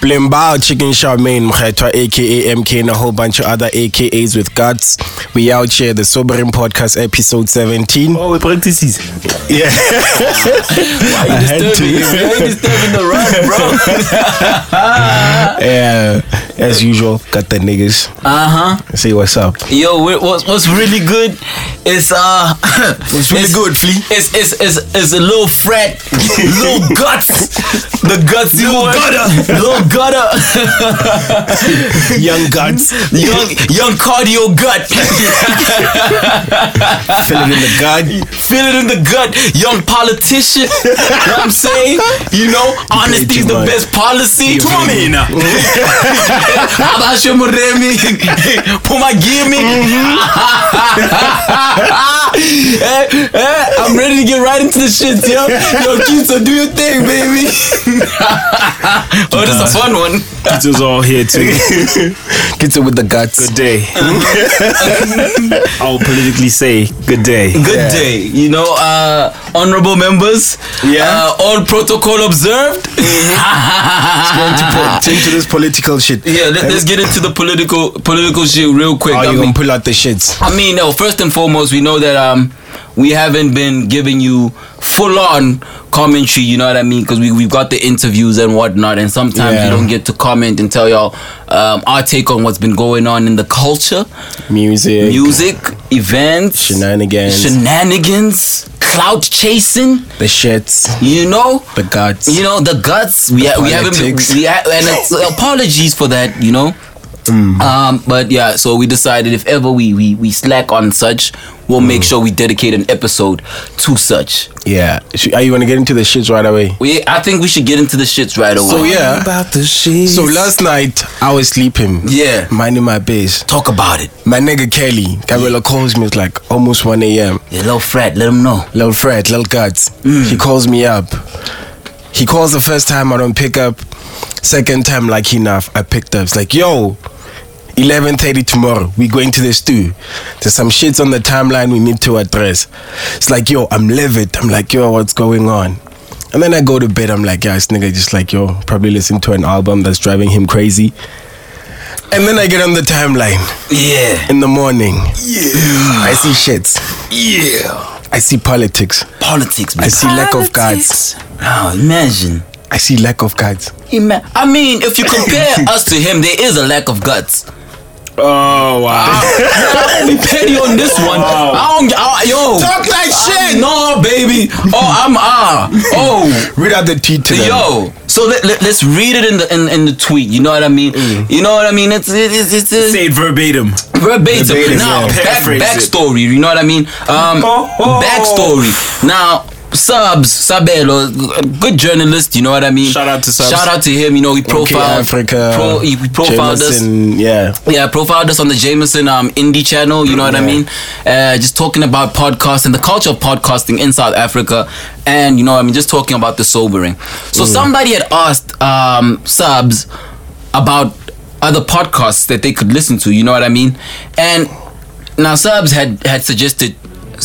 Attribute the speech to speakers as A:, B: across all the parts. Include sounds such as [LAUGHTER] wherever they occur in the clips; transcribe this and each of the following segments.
A: Blimbao Chicken Charmaine Mkhetwa aka MK and a whole bunch of other AKAs with guts. We out here, the Sobering Podcast episode 17.
B: Oh, we practice this. [LAUGHS]
A: Yeah.
B: I had to.
A: yeah. As usual, got the niggas.
C: Uh huh.
A: Say what's up.
C: [LAUGHS] Yo, wh- what's what's really good is uh, [LAUGHS]
A: It's really good, Flea.
C: It's it's it's it's a little fret,
A: [LAUGHS]
C: little guts, the guts you want, little
A: [LAUGHS]
C: gutter,
A: Young [LAUGHS] guts.
C: young young cardio gut,
A: [LAUGHS] Feel it in the gut.
C: feel it in the gut, young politician. [LAUGHS] you know what I'm saying, you know, honesty is the
A: man.
C: best policy.
A: Come on
C: now. [LAUGHS] Abasho [LAUGHS] Muremi, Puma Gimme.
A: Mm-hmm.
C: [LAUGHS] Eh, eh, I'm ready to get right into the shits, yo. Yo, Kisa, do your thing, baby. [LAUGHS] oh, this is a fun one.
B: It was all here
A: [LAUGHS]
B: too.
A: Gets it with the guts. [LAUGHS]
B: Good day. I'll politically say good day.
C: Good
A: Yeah.
C: day, you know, uh, honorable members.
A: Yeah.
C: Uh, all protocol observed.
A: Going to po- take to this political shit.
C: yeah, let, us get into the political political shit real quick.
A: Are
C: I
A: you
C: mean-
A: gonna pull out the shits?
C: I mean, no. First and foremost, we know that um, we haven't been giving you full on commentary. You know what I mean? Because we we've got the interviews and whatnot, and sometimes
A: Yeah.
C: we don't get to comment and tell y'all um, our take on what's been going on in the culture,
A: Music.
C: music, events,
A: Shenanigans.
C: shenanigans, clout chasing.
A: the shits.
C: You know.
A: The guts.
C: You know the guts. We ha- we haven't. been-
A: politics.
C: We ha- and
A: [LAUGHS]
C: it's, apologies for that. You know.
A: Mm.
C: Um, but yeah, so we decided if ever we we, we slack on such, we'll make
A: Mm.
C: sure we dedicate an episode to such.
A: yeah. Sh- Are you gonna get into the shits right away?
C: We I think we should get into the shits right away.
A: So yeah.
B: About the shit.
A: So last night I was sleeping.
C: Yeah.
A: Minding my biz.
C: talk about it.
A: My nigga Kelly, Gabriela calls me, it's like almost 1 a.m.
C: Yeah, little Fred, let him know.
A: Little Fred, little guts. He calls me up. He calls the first time, I don't pick up. Second time, like enough, I picked up. It's like, yo, 11.30 tomorrow, we going to the stew. There's some shits on the timeline we need to address. It's like, yo, I'm livid. I'm like, yo, what's going on? And then I go to bed, I'm like, yeah, this nigga just like, yo, probably listen to an album that's driving him crazy. And then I get on the timeline
C: Yeah,
A: in the morning. Yeah. I see shits. Yeah. I see politics.
C: politics.
A: I
C: Man.
A: see lack of guards.
C: Oh, imagine.
A: I see lack of guards.
C: Ima- I mean, if you compare us to him, there is a lack of guts. Ah,
B: Oh
C: [LAUGHS]
B: wow.
C: I won't be petty on this one.
B: Wow.
C: I don't. I, yo,
A: Talk like
C: I-
A: shit.
C: no, baby. Oh, I'm ah. oh,
A: Read out the tweet to them.
C: Yo, so let, let, us read it in the in, in the tweet. You know what I mean? You know what I mean? It's it- it's it's, it's
B: Say it verbatim.
C: verbatim.
A: verbatim, yeah.
C: Now back,
B: Paraphrase it.
C: backstory. You know what I mean? Um,
B: Oh, oh.
C: backstory. Now. Subs, Sabelo, good journalist, you know what I mean?
B: Shout out to Subs.
C: Shout out to him, you know, he
A: Okay,
C: profiled
A: Africa.
C: pro, he profiled us.
A: Jameson, Yeah.
C: Yeah, profiled us on the Jameson um, Indie channel. You know what I mean? Uh, just talking about podcasts and the culture of podcasting in South Africa, and you know, what I mean, just talking about the sobering. So somebody had asked um, subs about other podcasts that they could listen to. You know what I mean? And now subs had had suggested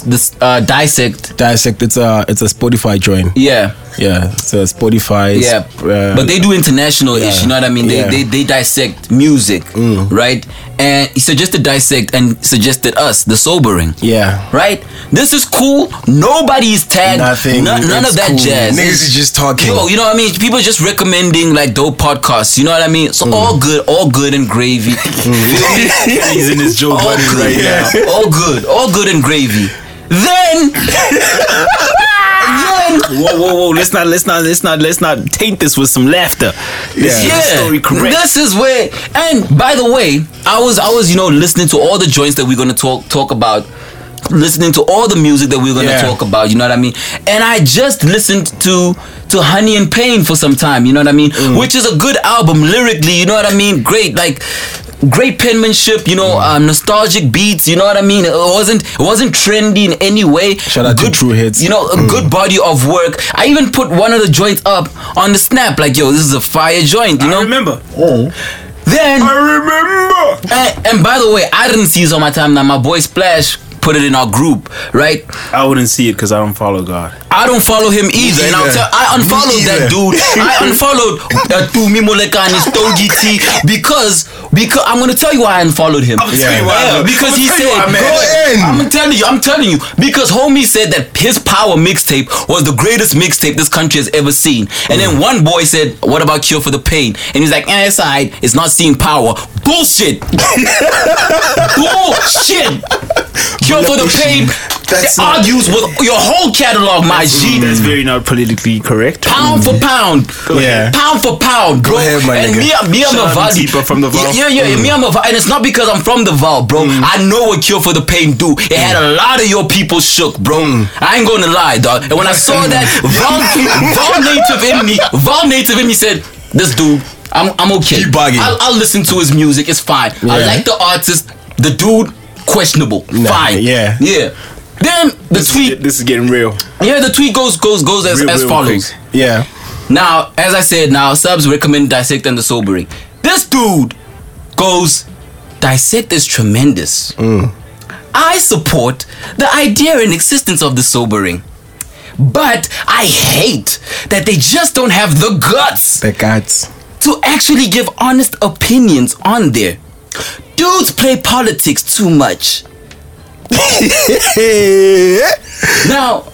C: this uh, dissect.
A: Dissect. It's a it's a Spotify join.
C: Yeah,
A: Yeah. It's a Spotify.
C: yeah.
A: uh,
C: but they do international ish, you know what I mean? They,
A: Yeah. Mm.
C: they, they dissect music, right? And he suggested dissect and suggested us, the sobering.
A: yeah.
C: Right? This is cool. Nobody's tagged.
A: Nothing.
C: No- none
A: It's
C: of that
A: cool.
C: jazz.
A: Niggas is just talking.
C: Yo, you know what I mean? People just recommending like dope podcasts. You know what I mean?
A: Mm.
C: So all good, all good and gravy.
A: [LAUGHS]
B: He's in his
C: [LAUGHS]
B: Joe
C: all
B: Budden
C: good,
B: right now.
C: all good, all good and gravy. Then, [LAUGHS] then
B: Whoa, whoa, whoa! Let's not, let's not, let's not, let's not taint this with some laughter. This
A: Yeah.
B: is the story correct.
C: This is where and by the way, I was I was, you know, listening to all the joints that we're gonna talk talk about. Listening to all the music that we're gonna
A: Yeah.
C: talk about, you know what I mean? And I just listened to to Honey
A: Mm.
C: and Pain for some time, you know what I mean? Which is a good album lyrically, you know what I mean? Great, like great penmanship, you
A: Mm.
C: know, um, nostalgic beats. You know what I mean? It wasn't it wasn't trendy in any way.
A: Shout out to True Hits.
C: You know, a good body of work. I even put one of the joints up on the snap, like yo, this is a fire joint. You know.
B: I remember.
A: Oh.
C: Then
B: I remember.
C: and, and by the way, I didn't see this on my time. Now my boy Splash put it in our group, right?
B: I wouldn't see it because I don't follow God.
C: I don't follow him either. And I'll
D: either.
C: tell, I
D: Me
C: unfollowed that
D: either.
C: dude.
B: [LAUGHS]
C: I unfollowed uh, Tumi Molekanis, Togi T, because because I'm gonna tell you why I unfollowed him.
B: I'ma tell you why.
C: Yeah, because
B: I'ma
C: he
B: tell you
C: said,
B: why, man. Go
D: in.
C: I'm telling you, I'm telling you, because homie said that his power mixtape was the greatest mixtape this country has ever seen. And then one boy said, "What about Cure for the Pain?" And he's like, "Eh, it's alright. It's not seeing power.
B: [LAUGHS]
C: Bullshit. Bullshit. Cure for the Pain."
D: That's not-
C: argues with your whole catalog, my G.
B: That's very not politically correct.
C: Pound for pound,
A: Yeah.
C: pound for pound, bro.
A: ahead, my
C: and
A: nigga.
C: me, me, I'm
B: Shout
C: a
B: out
C: Val.
B: to Tipa from the Val.
C: Yeah, yeah, yeah. Me, I'm a Val, and it's not because I'm from the Val, bro.
A: Mm.
C: I know what Cure for the Pain do. It had a lot of your people shook, bro.
A: Mm.
C: I ain't gonna lie, dog. And when I saw that, Val, Val native in me, Val native in me said, "This dude, I'm, I'm okay.
A: He bugging.
C: I'll, I'll listen to his music. It's fine. I
A: Yeah.
C: like the artist. The dude, questionable. fine.
A: yeah.
C: yeah." Then the
B: This is
C: tweet,
B: get- this is getting real.
C: yeah, the tweet goes goes goes as,
B: Real,
C: as
B: real
C: follows.
B: quick.
A: Yeah.
C: Now, as I said, now subs recommend dissect and the sobering. This dude goes, dissect is tremendous.
B: Mm.
C: I support the idea and existence of the sobering. But I hate that they just don't have the guts
A: The cats.
C: to actually give honest opinions on there. Dudes play politics too
B: [LAUGHS]
C: much. now,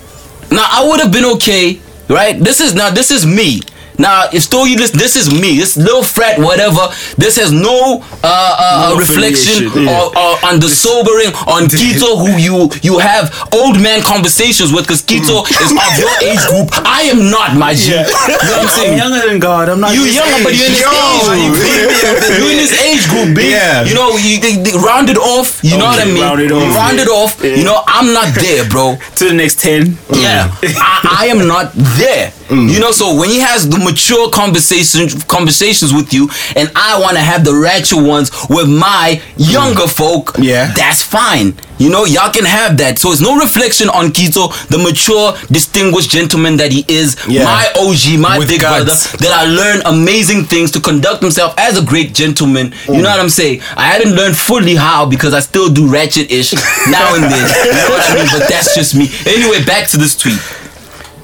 C: now I would have been okay, right? This is now this is me. Now, if still you listen, this is me. This little frat, whatever. This has no uh, uh,
B: No
C: reflection
B: affiliation, yeah.
C: or, or on the sobering
B: [LAUGHS]
C: on Kito, who you you have old man conversations with, because Kito
B: Mm.
C: is of your age group. I am not, my
A: [LAUGHS]
C: G. You know what I'm saying?
B: I'm younger than God. I'm not.
C: You
B: this
C: younger, but you're in
B: age.
C: this
A: [LAUGHS]
C: age group. You're in this age group, B.
A: Yeah.
C: You know, you they, they rounded off. You know what I
B: Okay,
C: mean?
B: rounded off.
C: Rounded off, You know, I'm not there, bro.
B: to the next ten.
A: Mm.
C: Yeah, I, I am not there. You know, so when he has the mature conversation conversations with you, and I want to have the ratchet ones with my younger folk,
A: Yeah.
C: that's fine. You know, y'all can have that. So it's no reflection on Kito, the mature, distinguished gentleman that he is.
A: Yeah.
C: My OG, my
A: With
C: big
A: guts.
C: brother, that I learned amazing things to conduct himself as a great gentleman. You know
A: Mm.
C: what I'm saying? I hadn't learned fully how because I still do ratchet
A: [LAUGHS]
C: ish now and then. you know what I mean? But that's just me. Anyway, back to this tweet.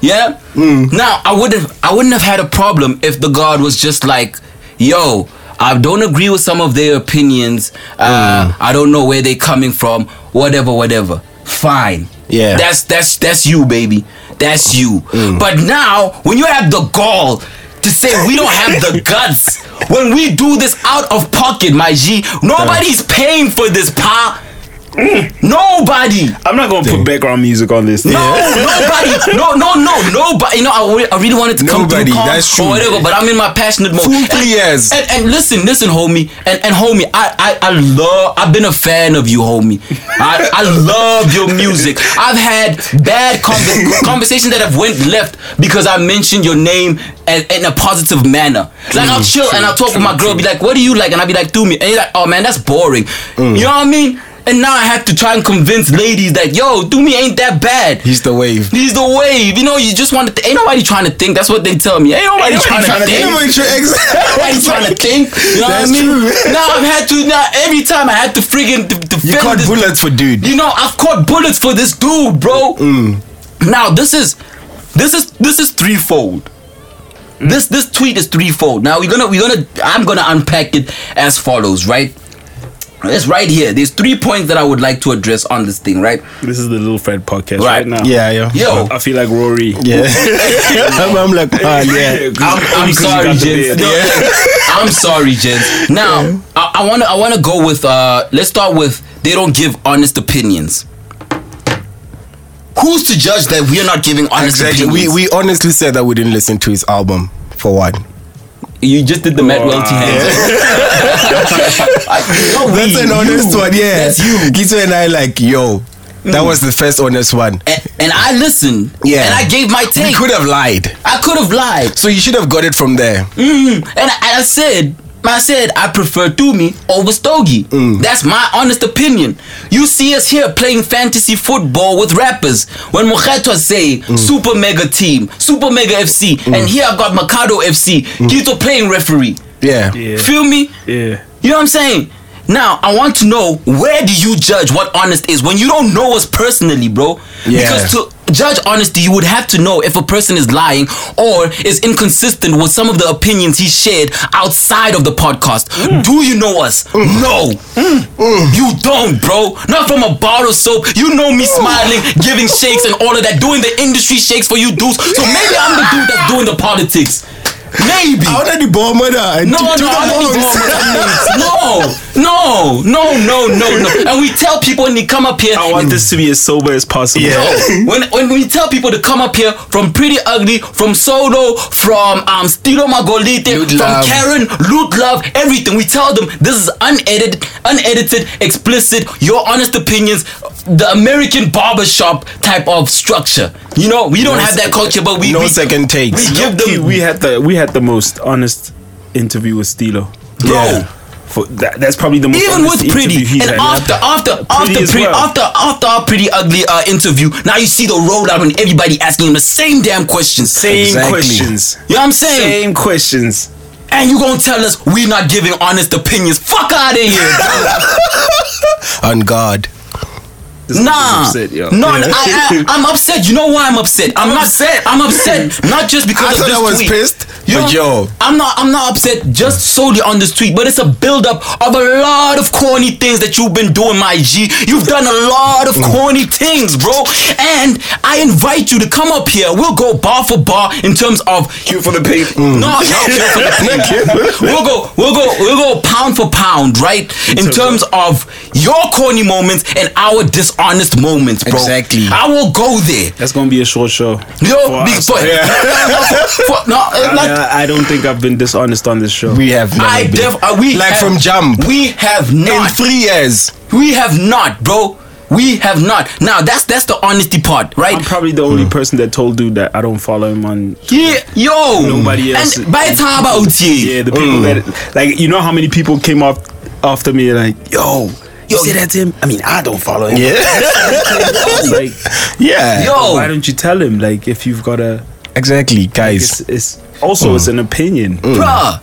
C: Yeah.
A: Mm.
C: Now I would have I wouldn't have had a problem if the guard was just like, yo, I don't agree with some of their opinions.
A: Mm.
C: Uh, I don't know where they're coming from. Whatever, whatever. Fine.
A: Yeah.
C: That's that's that's you, baby. That's you.
A: Mm.
C: But now when you have the gall to say we don't have
A: [LAUGHS]
C: the guts when we do this out of pocket, my G, nobody's paying for this pa. Nobody.
B: I'm not gonna put background music on this.
C: No, nobody. No, no, no, nobody. You know, I, re- I really wanted to come
A: Nobody,
C: through calm
A: that's true.
C: or whatever, but I'm in my passionate mode.
A: Fool,
C: And-
A: please.
C: And, and listen, listen, homie, and and homie, I I, I love. I've been a fan of you, homie. I, I love your music. I've had bad conver- conversations that have went left because I mentioned your name and, in a positive manner. Like I'll chill and I'll talk with my girl, be like, "What do you like?" And I'll be like, "Do me," and you're like, "Oh man, that's boring." You know what I mean? And now I have to try and convince ladies that yo, do me ain't that bad.
A: He's the wave.
C: He's the wave. You know, you just want to. Th- ain't nobody trying to think. That's what they tell me. Ain't nobody, trying, to think.
B: [LAUGHS]
C: Nobody trying to think. You know
A: That's
C: what I mean?
A: true.
C: Now I've had to. Now every time I had to friggin' d- defend
A: You caught
C: this.
A: bullets for dude.
C: You know, I've caught bullets for this dude, bro.
A: Mm.
C: Now this is, this is this is threefold. This this tweet is threefold. Now we're gonna we're gonna I'm gonna unpack it as follows. Right. It's right here. There's three points that I would like to address on this thing. Right.
B: This is the Little Fred podcast
C: Right.
B: right, now.
A: Yeah, yeah.
C: Yo.
B: I feel like Rory.
A: Yeah. [LAUGHS] I'm, I'm like,
C: [LAUGHS]
A: oh, yeah.
C: I'm, I'm sorry, gents. No, [LAUGHS] I'm sorry, gents. Now, I want to I want to go with. Uh, let's start with. They don't give honest opinions. Who's to judge that we are not giving honest
A: Exactly. We,
C: opinions?
A: we honestly said that we didn't listen to his album for one.
C: you just did the Matt
B: Wow.
C: Welty [LAUGHS] hands. No,
A: [LAUGHS] That's
C: we,
A: an honest
C: you.
A: one, yeah.
C: That's you. Mm.
A: Gito and I like, yo, that was the first honest one.
C: And, and I listened.
A: Yeah.
C: And I gave my
A: We
C: take.
A: could have lied.
C: I could have lied.
A: So you should have got it from there.
C: And I, I said, I said I prefer Dumi over Stogie.
B: Mm.
C: That's my honest opinion. You see us here playing fantasy football with rappers. When Mukhetwa say
B: Mm.
C: Super Mega Team, Super Mega FC, and here I've got Mikado FC, Kito playing referee.
A: Yeah.
B: Mm. Yeah.
C: Feel me?
B: Yeah.
C: You know what I'm saying? Now I want to know where do you judge what honest is when you don't know us personally, bro?
A: Yeah.
C: Because to judge honesty, you would have to know if a person is lying or is inconsistent with some of the opinions he shared outside of the podcast. Do you know us? No. You don't, bro. Not from a bar of soap. You know me smiling, giving shakes and all of that, doing the industry shakes for you dudes. So maybe I'm the dude that's doing the politics. Maybe.
A: already bought my
C: No, no, no, no, no, no, no, no, no. And we tell people when they come up here.
B: I want this to be as sober as possible.
C: No, when when we tell people to come up here from Pretty Ugly, from Solo, from um Stilo Magolite,
A: Lute
C: from
A: Love.
C: Karen, Loot Love, everything, we tell them this is unedited, unedited, explicit, your honest opinions, the American barbershop type of structure. You know, we don't have that culture, but we
A: no
C: we,
A: second takes.
C: We
B: Low
C: give
B: key,
C: them
B: we had the we had the most honest interview with Stilo.
C: Bro.
B: For that, that's probably the most
C: even
B: honest
C: with pretty
B: interview he's
C: and
B: had.
C: after after
B: Pretty
C: after
B: as
C: pretty
B: well.
C: after after our pretty ugly uh, interview now you see the rollout and everybody asking him the same damn questions
B: same
A: Exactly.
B: questions,
C: you know what i'm saying
B: same questions.
C: and you gonna tell us we're not giving honest opinions fuck out of here
B: [LAUGHS]
A: On
C: [LAUGHS]
A: God.
B: This
C: Nah,
B: nigga's upset, yo.
C: no,
B: [LAUGHS]
C: I, I, I'm upset. You know why I'm upset? I'm, not upset. I'm upset not just because
A: I
C: of
A: thought
C: this
A: I was
C: tweet.
A: pissed,
C: You
A: but
C: know,
A: yo.
C: I'm not. I'm not upset just solely on this tweet, but it's a buildup of a lot of corny things that you've been doing, my G. You've done a lot of corny things, bro. And I invite you to come up here. We'll go bar for bar in terms of
B: Cue for the pain.
C: no, no, kill for the pig. we'll go, we'll go, we'll go pound for pound, right? In terms of your corny moments and our dishonest moments, bro.
A: Exactly.
C: I will go there.
B: That's gonna be a short show.
C: Yo,
B: For
C: big
B: us.
C: boy. [LAUGHS] no, uh,
B: I,
C: like
B: I- I don't think I've been dishonest on this show.
A: We have never
C: I
A: been.
C: def- uh, we
A: like
C: have-
A: from jump.
C: We have
A: in
C: not.
A: three years.
C: we have not, bro. We have not. Now that's that's the honesty part, right?
B: I'm probably the
A: Hmm.
B: only person that told dude that I don't follow him on.
C: yeah, yo.
B: Nobody else- Mm.
C: And by the time about Mm.
B: Yeah,
C: OTA,
B: the people that like you know how many people came up after me like yo. You
C: Yo,
B: say
C: you-
B: that to him? I mean, I don't follow him.
A: Yeah. [LAUGHS]
B: like,
A: yeah.
C: Yo.
B: why don't you tell him? Like, if you've got a,
A: Exactly,
B: it's,
A: guys.
B: it's
C: Mm.
B: also it's an opinion.
C: bruh.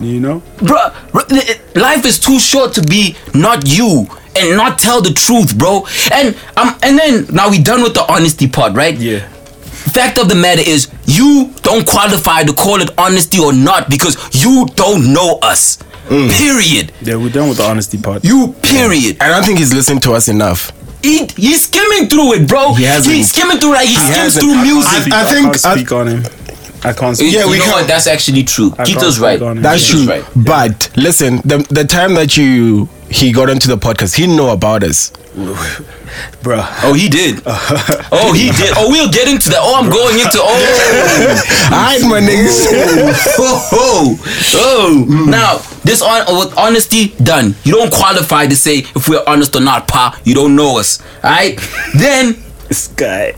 B: You know,
C: Bruh, r- li- life is too short to be not you and not tell the truth, bro. And um, and then now we done with the honesty part, right?
B: yeah.
C: Fact of the matter is, you don't qualify to call it honesty or not because you don't know us.
A: Mm.
C: Period.
B: Yeah, we're done with the honesty part.
C: You period.
A: I don't think he's listened to us enough.
C: He, he's skimming through it, bro.
A: He hasn't.
C: he's skimming through like he skims
A: hasn't.
C: through
B: can't
C: music.
B: speak-
A: I think-
B: can't
A: I-
B: speak on him. I can't. Speak.
A: Yeah,
C: You
A: we
C: know
A: can't-
C: what? That's actually true.
B: I can't
C: Kito's
B: speak
C: right.
B: on it.
A: That's
B: Yeah.
A: true.
C: Right.
A: But listen, the the time that you he got onto the podcast, he know about us.
B: bruh.
C: Oh, he
B: [LAUGHS]
C: did. oh, he did. Oh, we'll get into that. Oh, I'm going into.
A: [LAUGHS]
C: Oh.
A: Alright, my niggas.
C: oh, oh, oh.
A: Mm.
C: Now, this on with honesty done. You don't qualify to say if we're honest or not, pa. You don't know us. Alright? then
B: This guy.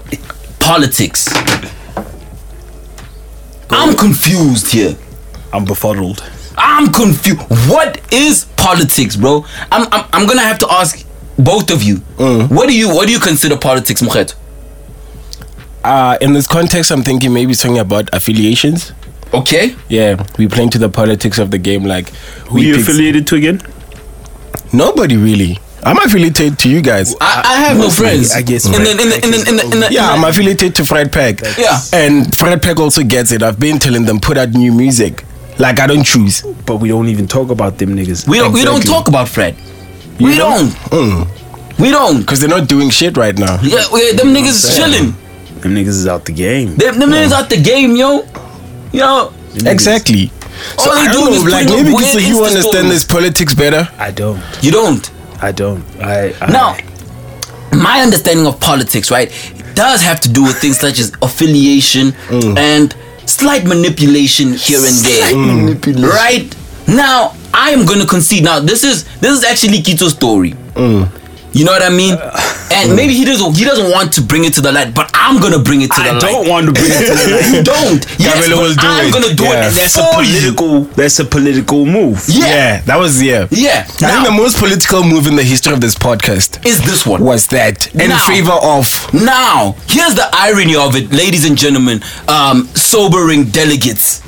C: politics. I'm confused here.
B: I'm befuddled.
C: I'm confused. What is politics, bro? I'm I'm, I'm gonna have to ask both of you.
B: Mm.
C: What do you what do you consider politics, Mukhet?
A: [LAUGHS] Uh, in this context, I'm thinking maybe something about affiliations.
C: Okay?
A: Yeah, we play into the politics of the game. Like,
B: Who you
A: pick-
B: affiliated to again?
A: Nobody really. I'm affiliated to you guys.
C: I, I have no
B: Mostly,
C: friends.
B: I guess
C: In the in
B: Mukhet
C: the in the in the, in the, in the
A: yeah, I'm affiliated to Fred Peck.
C: Yeah.
A: And Fred Peck also gets it. I've been telling them put out new music. Like I don't choose.
B: But we don't even talk about them niggas.
C: We don't we don't
A: Exactly.
C: talk about Fred. we don't.
B: Mm.
C: We don't.
A: Cause they're not doing shit right now.
C: Yeah, yeah them niggas is chilling.
B: Them niggas is out the game.
C: Them, them
B: Mm.
C: niggas out the game, yo. Yo.
A: Exactly. So
C: All they
A: I don't
C: do is
A: know, like
C: putting up
A: maybe
C: weird
A: so you
C: Insta
A: understand
C: stories.
A: this politics better.
B: I don't.
C: You don't.
B: I don't. I. I
C: Now, my understanding of politics, right, does have to do with things such as affiliation
B: Mm.
C: and slight manipulation here and there.
B: Mm.
C: Right? Now, I am gonna concede. Now, this is this is actually Kito's story. You know what I mean?
B: Uh,
C: And maybe he doesn't he doesn't want to bring it to the light, but I'm gonna bring it to the
B: I
C: light.
B: don't want to bring it to the light.
C: You don't. Yes,
A: Gabriel
C: but
A: will do
C: I'm
A: it.
C: gonna do
A: Yeah.
C: it.
B: And that's a
C: for you.
B: political. That's a political move.
C: Yeah.
A: yeah, that was yeah.
C: Yeah.
A: I think the
C: Now,
A: most political move in the history of this podcast
C: is this one.
A: was that in
C: Now.
A: favor of
C: Now, here's the irony of it, ladies and gentlemen, um, sobering delegates.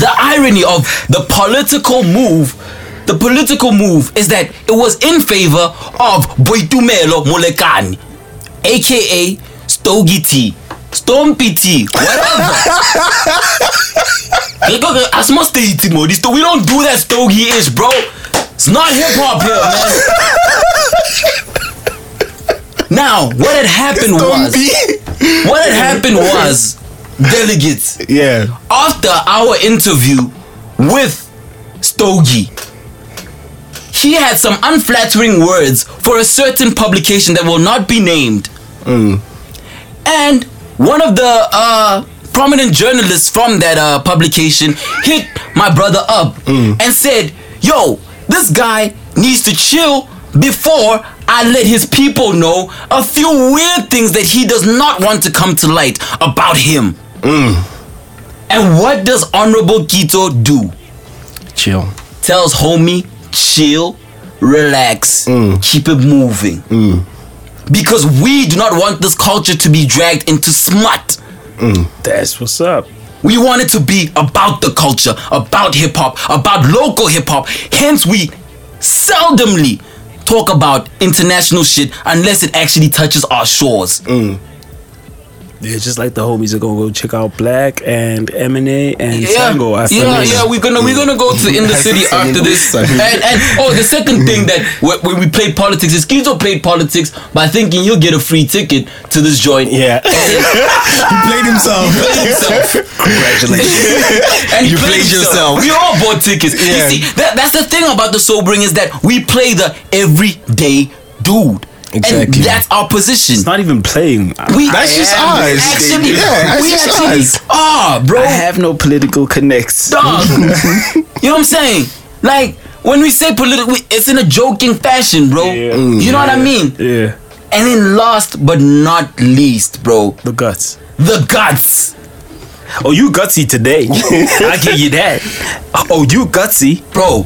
C: the irony of the political move, the political move is that it was in favor of Boitumelo Molekani, aka Stogie T, Stompy T, whatever. As much they eat more, this we don't do that stogie ish, bro. It's not hip hop here, man. Now, what had happened was, what had happened was, delegates,
A: [LAUGHS] yeah.
C: after our interview with Stogie, he had some unflattering words for a certain publication that will not be named. And one of the uh, prominent journalists from that uh, publication hit my brother up and said, Yo, this guy needs to chill before I let his people know a few weird things that he does not want to come to light about him. And what does Honorable Kito do?
A: Chill.
C: Tells homie, chill, relax, keep it moving. Because we do not want this culture to be dragged into smut.
B: That's what's up.
C: We want it to be about the culture, about hip hop, about local hip hop. Hence, we seldomly talk about international shit unless it actually touches our shores.
B: Yeah, just like the homies are gonna go check out Black and Eminem and
C: yeah,
B: Sango. I feel
C: yeah,
B: it.
C: yeah. We're gonna we're gonna
A: [LAUGHS]
C: go to in the city after this. And, and oh, the second thing that wh- when we played politics is Kizo played politics by thinking you'll get a free ticket to this joint. [LAUGHS]
A: Yeah. he played himself. [LAUGHS]
C: Congratulations. and
A: You played yourself.
C: We all bought tickets.
A: Yeah.
C: You see, that, that's the thing about the sobering is that we play the everyday dude.
A: Exactly.
C: And that's our position.
B: It's not even playing. I-
C: we
A: That's just
C: am
A: us.
C: Actually,
A: Yeah, that's
C: we
A: just
C: actually
A: us.
C: are, bro.
B: I have no political connects.
C: dog. you know what I'm saying? Like when we say political, it's in a joking fashion, bro.
B: Yeah.
C: You know what I mean?
B: Yeah,
C: And then last but not least, bro,
B: the guts.
C: the guts.
B: Oh, you
C: [LAUGHS]
B: gutsy today. I give you that. Oh, you gutsy.
C: bro.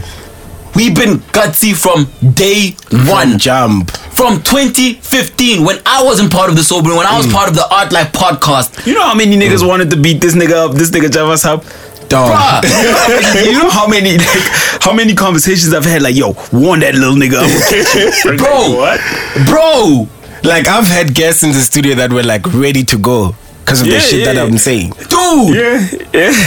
C: We've been gutsy from day one.
A: Jump.
C: From 2015, when I wasn't part of the sobering, when I was part of the Art Life podcast,
B: You know how many niggas wanted to beat this nigga up, this nigga Javas up?
A: Dog.
C: Mm. bruh,
B: [LAUGHS] you know how many like, how many conversations I've had like, yo, warn that little nigga
C: [LAUGHS] Bro.
B: up.
C: bro,
A: Like I've had guests in the studio that were like ready to go because of
B: Yeah,
A: the shit
B: yeah,
A: that
B: yeah.
A: I'm saying.
C: dude,
B: Yeah, yeah,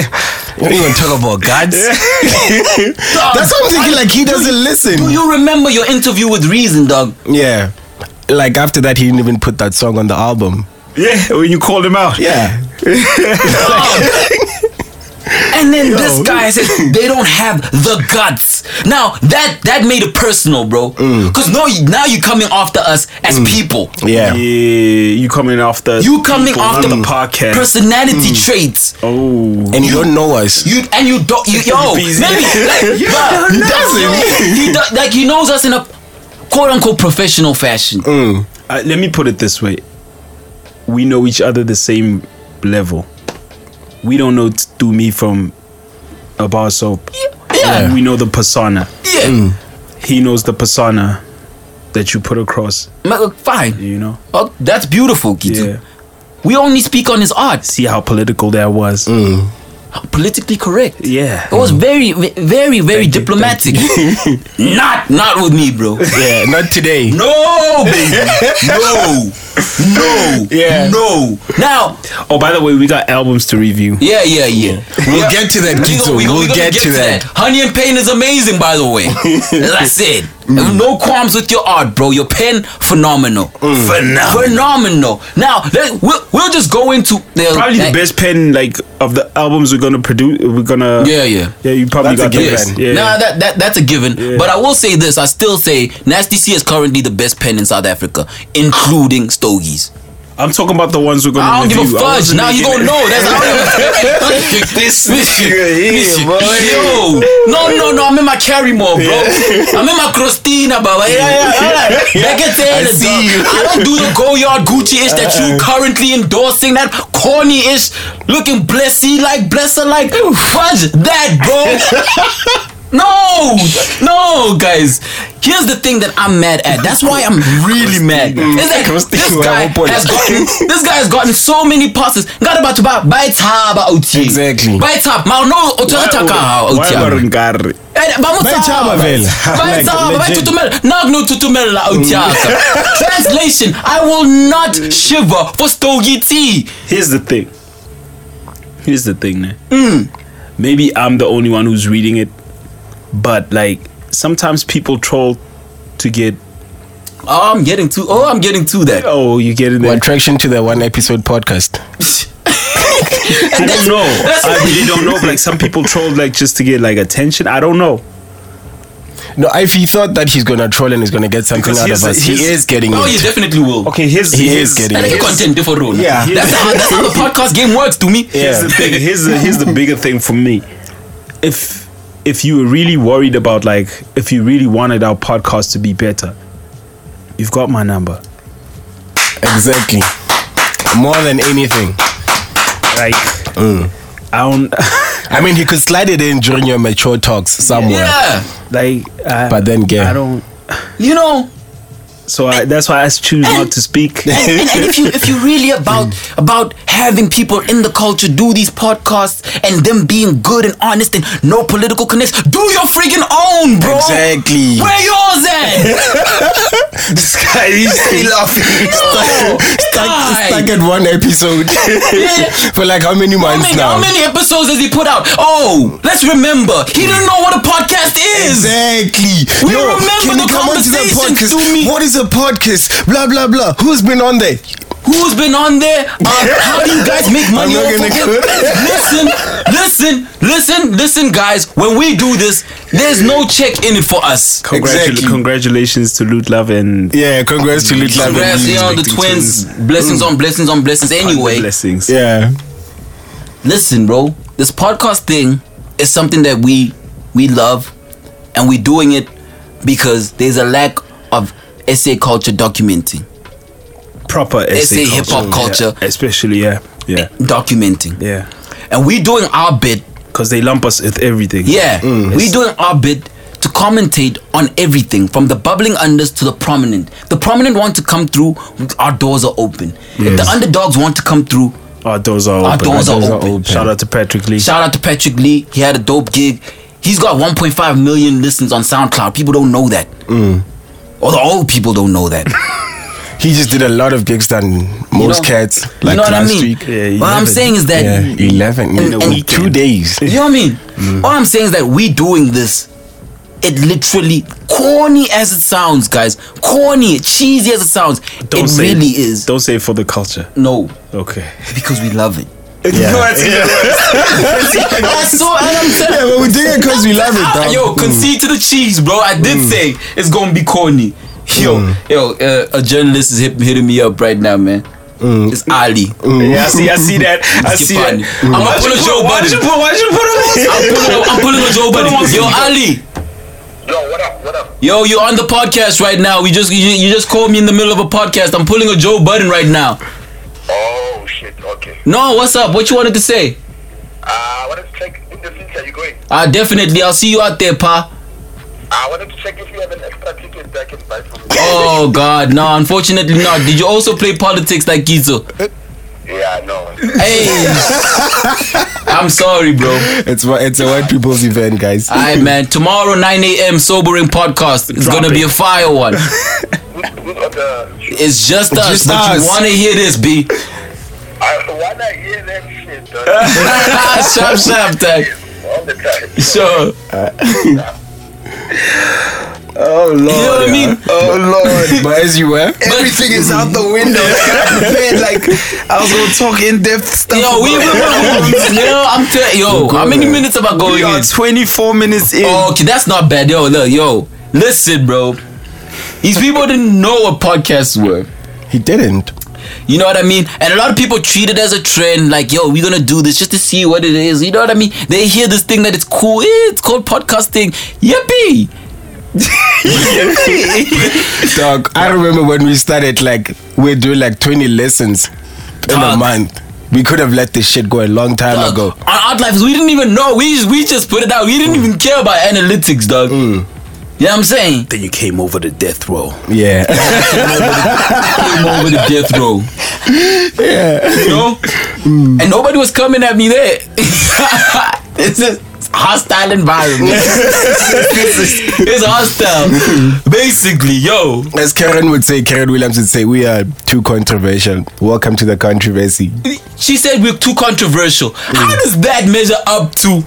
B: yeah.
A: We gonna talk about gods.
C: dog.
A: That's what I'm thinking. Like he doesn't
C: Do
A: listen.
C: you remember your interview with Reason, dog?
A: Yeah. Like after that, he didn't even put that song on the album.
B: Yeah, when you called him out.
A: Yeah.
C: Oh. And then this guy says they don't have the guts. Now that that made it personal, bro. Because no, now you're coming after us as people.
A: Yeah.
B: Mm. Yeah, you coming off the
C: You coming
B: people,
C: after
B: not the podcast. Mm.
C: personality traits.
B: oh,
A: And you don't know us.
C: You and you don't.
B: [LAUGHS]
C: You, yo,
B: Busy.
C: maybe like, bruh,
A: He doesn't.
C: He do, like he knows us in a quote unquote professional fashion.
B: Uh, let me put it this way: we know each other the same level. We don't know t- do me from a bar soap.
C: Yeah,
B: We know the persona.
C: yeah.
B: Mm. He knows the persona that you put across.
C: Ma- Fine.
B: You know.
C: Oh, that's beautiful, Kitu.
B: Yeah.
C: We only speak on his art.
B: See how political that was.
C: Mm. Politically correct.
B: Yeah.
C: It was very, ve- very, very diplomatic. [LAUGHS] not, not with me, bro.
A: Yeah. Not today.
C: No, baby. No, no,
A: Yeah.
C: no. Now,
B: Oh, by the way, we got albums to review.
C: yeah, yeah, yeah.
A: We'll get to that, Kito.
C: gon-
A: We'll
C: gonna
A: get to that.
C: Honey and Pain is amazing, by the way. As I said, no qualms with your art, bro. Your pen, phenomenal. Phenomenal. Phenomenal. Now, let, we'll, we'll just go into the.
B: Probably the
C: like-
B: best pen like of the albums we're gonna produce. We're gonna.
C: Yeah, yeah.
B: Yeah, you probably
A: That's a
B: got the
A: given.
B: best.
C: Yes.
B: Yeah.
C: Nah, that, that that's a given. But I will say this: I still say Nasty C is currently the best pen in South Africa, including Stogies.
B: I'm talking about the ones we're gonna.
C: I don't give a
B: review.
C: fudge.
B: wasn't
C: Now you gonna
B: making it.
C: know. That's I don't give a This
B: nigga here, boy.
C: Yo, No, no, no, I'm in my Carrymore, bro. I'm in my Christina, baba. Yeah, yeah, yeah. All right. Like it's in,
D: I see
C: dog.
D: you.
C: I don't do the go yard Gucci ish that you currently endorsing, that corny ish, looking blessy like, blesser like. Fudge that, bro. No, no, guys. Here's the thing that I'm mad at. That's why I'm really mad. Is that
A: Christine,
C: this
A: you
C: guy
A: have a point.
C: has gotten [LAUGHS] this guy has gotten so many passes. Got about to e buy buy tab out here.
A: Exactly.
C: Buy tab. Now e no otataka out
B: Why were
C: here.
B: nkarhi?
C: Eh, Vamos
A: Buy tab
C: tab.
A: avail.
C: [LAUGHS]
A: e
C: Buy
A: Like,
C: tab. Buy
A: legit. Mm.
C: e tutumela. Now no tutumela out here. [LAUGHS] Translation: I will not
B: Mm.
C: shiver for stogie tea.
B: Here's the thing. Here's the thing, man.
C: Mm.
B: Maybe I'm the only one who's reading it, but like sometimes people troll to get
C: Oh, I'm getting too. Oh, I'm getting too that.
B: oh you get in there.
A: What attraction to the one episode podcast?
B: I don't know.
C: that's-
B: I really don't know. but,
C: [LAUGHS]
B: Like some people troll like just to get like attention. I don't know.
A: No, if he thought that he's gonna troll and he's gonna get something
B: Because
A: out
B: he's-
A: of us, he
B: he's-
A: is getting
C: Oh, you
A: it.
C: definitely will.
B: Okay, here's
A: He
B: here's,
A: is getting
C: I
A: it.
C: think content different role.
A: Yeah.
C: That's how, that's
B: [LAUGHS]
C: how the podcast game works to me.
B: Here's the thing. Here's the here's the bigger thing for me. If if you were really worried about like if you really wanted our podcast to be better, you've got my number.
A: Exactly. More than anything.
B: Like
C: Mm.
B: I don't [LAUGHS]
A: I mean, he could slide it in during your mature talks somewhere.
C: Yeah.
B: like. I,
A: But then again-
B: I don't.
C: You know,
B: So I, that's why I choose not to
C: [LAUGHS]
B: speak.
C: and, and, and if you if you really about about having people in the culture do these podcasts and them being good and honest and no political connects, do your freaking own, bro.
A: Exactly.
C: [LAUGHS] Where yours
A: [LAUGHS]
C: at?
B: this guy,
C: [LAUGHS]
B: he's,
A: stuck, stuck,
C: Guy.
A: stuck at one episode [LAUGHS] for like how many
C: How
A: months
C: many,
A: now?
C: how many episodes has he put out? Oh, let's remember, he didn't know what a podcast is.
A: Exactly.
C: We
A: Yo,
C: remember
A: can you
C: the
A: come on to the
C: conversations,
A: podcast?
C: Dumi.
A: What is a podcast? Blah blah blah. Who's been on there?
C: Who's been on
A: [LAUGHS]
C: there? Uh, how do you guys make
A: I'm
C: money off
A: not
C: of
A: gonna
C: it? Listen, listen, listen, listen, guys. When we do this, there's no check in it for us.
B: Congratu-
A: Exactly.
B: Congratulations to Loot Love and
A: Yeah, congrats to Little Lab and
C: Congrats,
A: Lil
C: you know, the
A: Respecting
C: twins. Blessings on blessings on blessings. Anyway,
B: blessings.
A: Yeah.
C: listen, bro. This podcast thing is something that we we love, and we're doing it because there's a lack of SA culture documenting,
B: Proper SA
C: say hip-hop
B: culture.
C: culture.
B: Yeah, especially yeah, yeah,
C: documenting,
B: yeah.
C: and we're doing our bit
B: Because they lump us with everything.
C: Yeah, we're doing our bit to commentate on everything from the bubbling unders to the prominent. The prominent want to come through, our doors are open. If the underdogs want to come through,
B: Our doors are
C: Our
B: open.
C: doors are open.
B: Shout out to Patrick Lee.
C: shout out to Patrick Lee. He had a dope gig. He's got 1.5 million listens on SoundCloud. People don't know that.
A: Mm.
C: Or the old people don't know
A: [LAUGHS]
C: that.
A: He just did a lot of gigs than most
C: know-
A: cats.
C: you
A: Like
C: know what I
A: last
C: mean?
A: week.
B: Yeah,
C: what I'm
B: 11.
C: saying is that
A: Yeah, eleven
C: In
A: in,
C: a
A: in
C: weekend.
A: two
C: [LAUGHS]
A: days.
C: You know what I mean?
A: Mm.
C: All I'm saying is that we doing this. It literally corny as it sounds, guys. Corny, cheesy as it sounds.
B: Don't
C: it
B: say
C: really is.
B: Don't say for the culture.
C: No,
B: Okay.
C: because we love it.
A: yeah.
C: That's so. And I'm
A: Yeah,
C: telling
A: but we did it because we love it, dog.
C: Ah, [LAUGHS]
A: Mm.
C: yo, concede to the cheese, bro. I did say it's gonna be corny. Yo,
A: Mm.
C: yo, uh, a journalist is hit, hitting me up right now, man.
A: Mm.
C: It's Ali.
B: [LAUGHS] Yeah, I see. I see that. I
C: Skip
B: see
C: on
B: that.
C: it. I'm gonna
B: Why'd
C: pull a
B: you
C: Joe
B: why'd
C: Budden.
B: you put- why'd you put him on?
C: I'm pulling, I'm pulling a Joe Budden. Yo, Ali.
E: Yo, what up? What up?
C: Yo, you're on the podcast right now. We just you, you just called me in the middle of a podcast. I'm pulling a Joe Budden right now.
E: Oh shit. Okay.
C: No, what's up? What you wanted to say?
E: Uh, I wanted to check in the future. You going? Ah,
C: Uh, definitely. I'll see you out there,
B: [LAUGHS]
C: pa.
E: I wanted to check if you have an extra ticket that I can buy from you.
C: Oh God, no. Unfortunately, not. Did you also play politics like Gizo?
E: Yeah, no.
C: Hey, [LAUGHS] I'm sorry, bro.
A: It's wha- it's a white people's event, guys.
C: All right, man. Tomorrow, 9 a.m. sobering podcast. It's
B: Drop
C: gonna be
B: it.
C: a fire one.
E: Who's, who's on the?
C: It's just us,
A: Just
C: but
A: us.
C: you wanna hear this, B?
B: [LAUGHS]
E: I wanna hear that shit dog.
C: shut shut up, dog.
E: all the time.
C: Sure.
A: Oh lord.
C: You know what I mean?
A: Oh lord. But as you were,
C: Everything
A: is out the window.
B: Like I was gonna talk in depth stuff.
C: Yo, we, we, we, we
B: [LAUGHS]
C: yo, I'm tell yo, how many minutes am I going
B: We are
C: in?
B: 24 minutes in.
C: Oh, okay, that's not bad. Yo, look, yo, listen, bro. These people didn't know what podcasts were.
A: He didn't.
C: You know what I mean? And a lot of people treat it as a trend, like, yo, we're gonna do this just to see what it is. You know what I mean? They hear this thing that it's cool. Eh, it's called podcasting. Yippee! [LAUGHS]
A: Dog, I remember when we started, like, we're doing like 20 lessons in a
C: Dog.
A: month. We could have let this shit go a long time
C: Dog,
A: ago.
C: On Art Lives, we didn't even know. We just, we just put it out. We didn't even care about analytics, dog. You know what I'm saying?
B: Then you came over to death row.
A: Yeah. [LAUGHS]
C: came over the death row. Yeah. You know? And nobody was coming at me there. [LAUGHS] it's a hostile environment. it's hostile. Basically, yo.
A: As Karen would say, Karen Williams would say, we are too controversial. Welcome to the controversy.
C: She said we're too controversial. How does that measure up to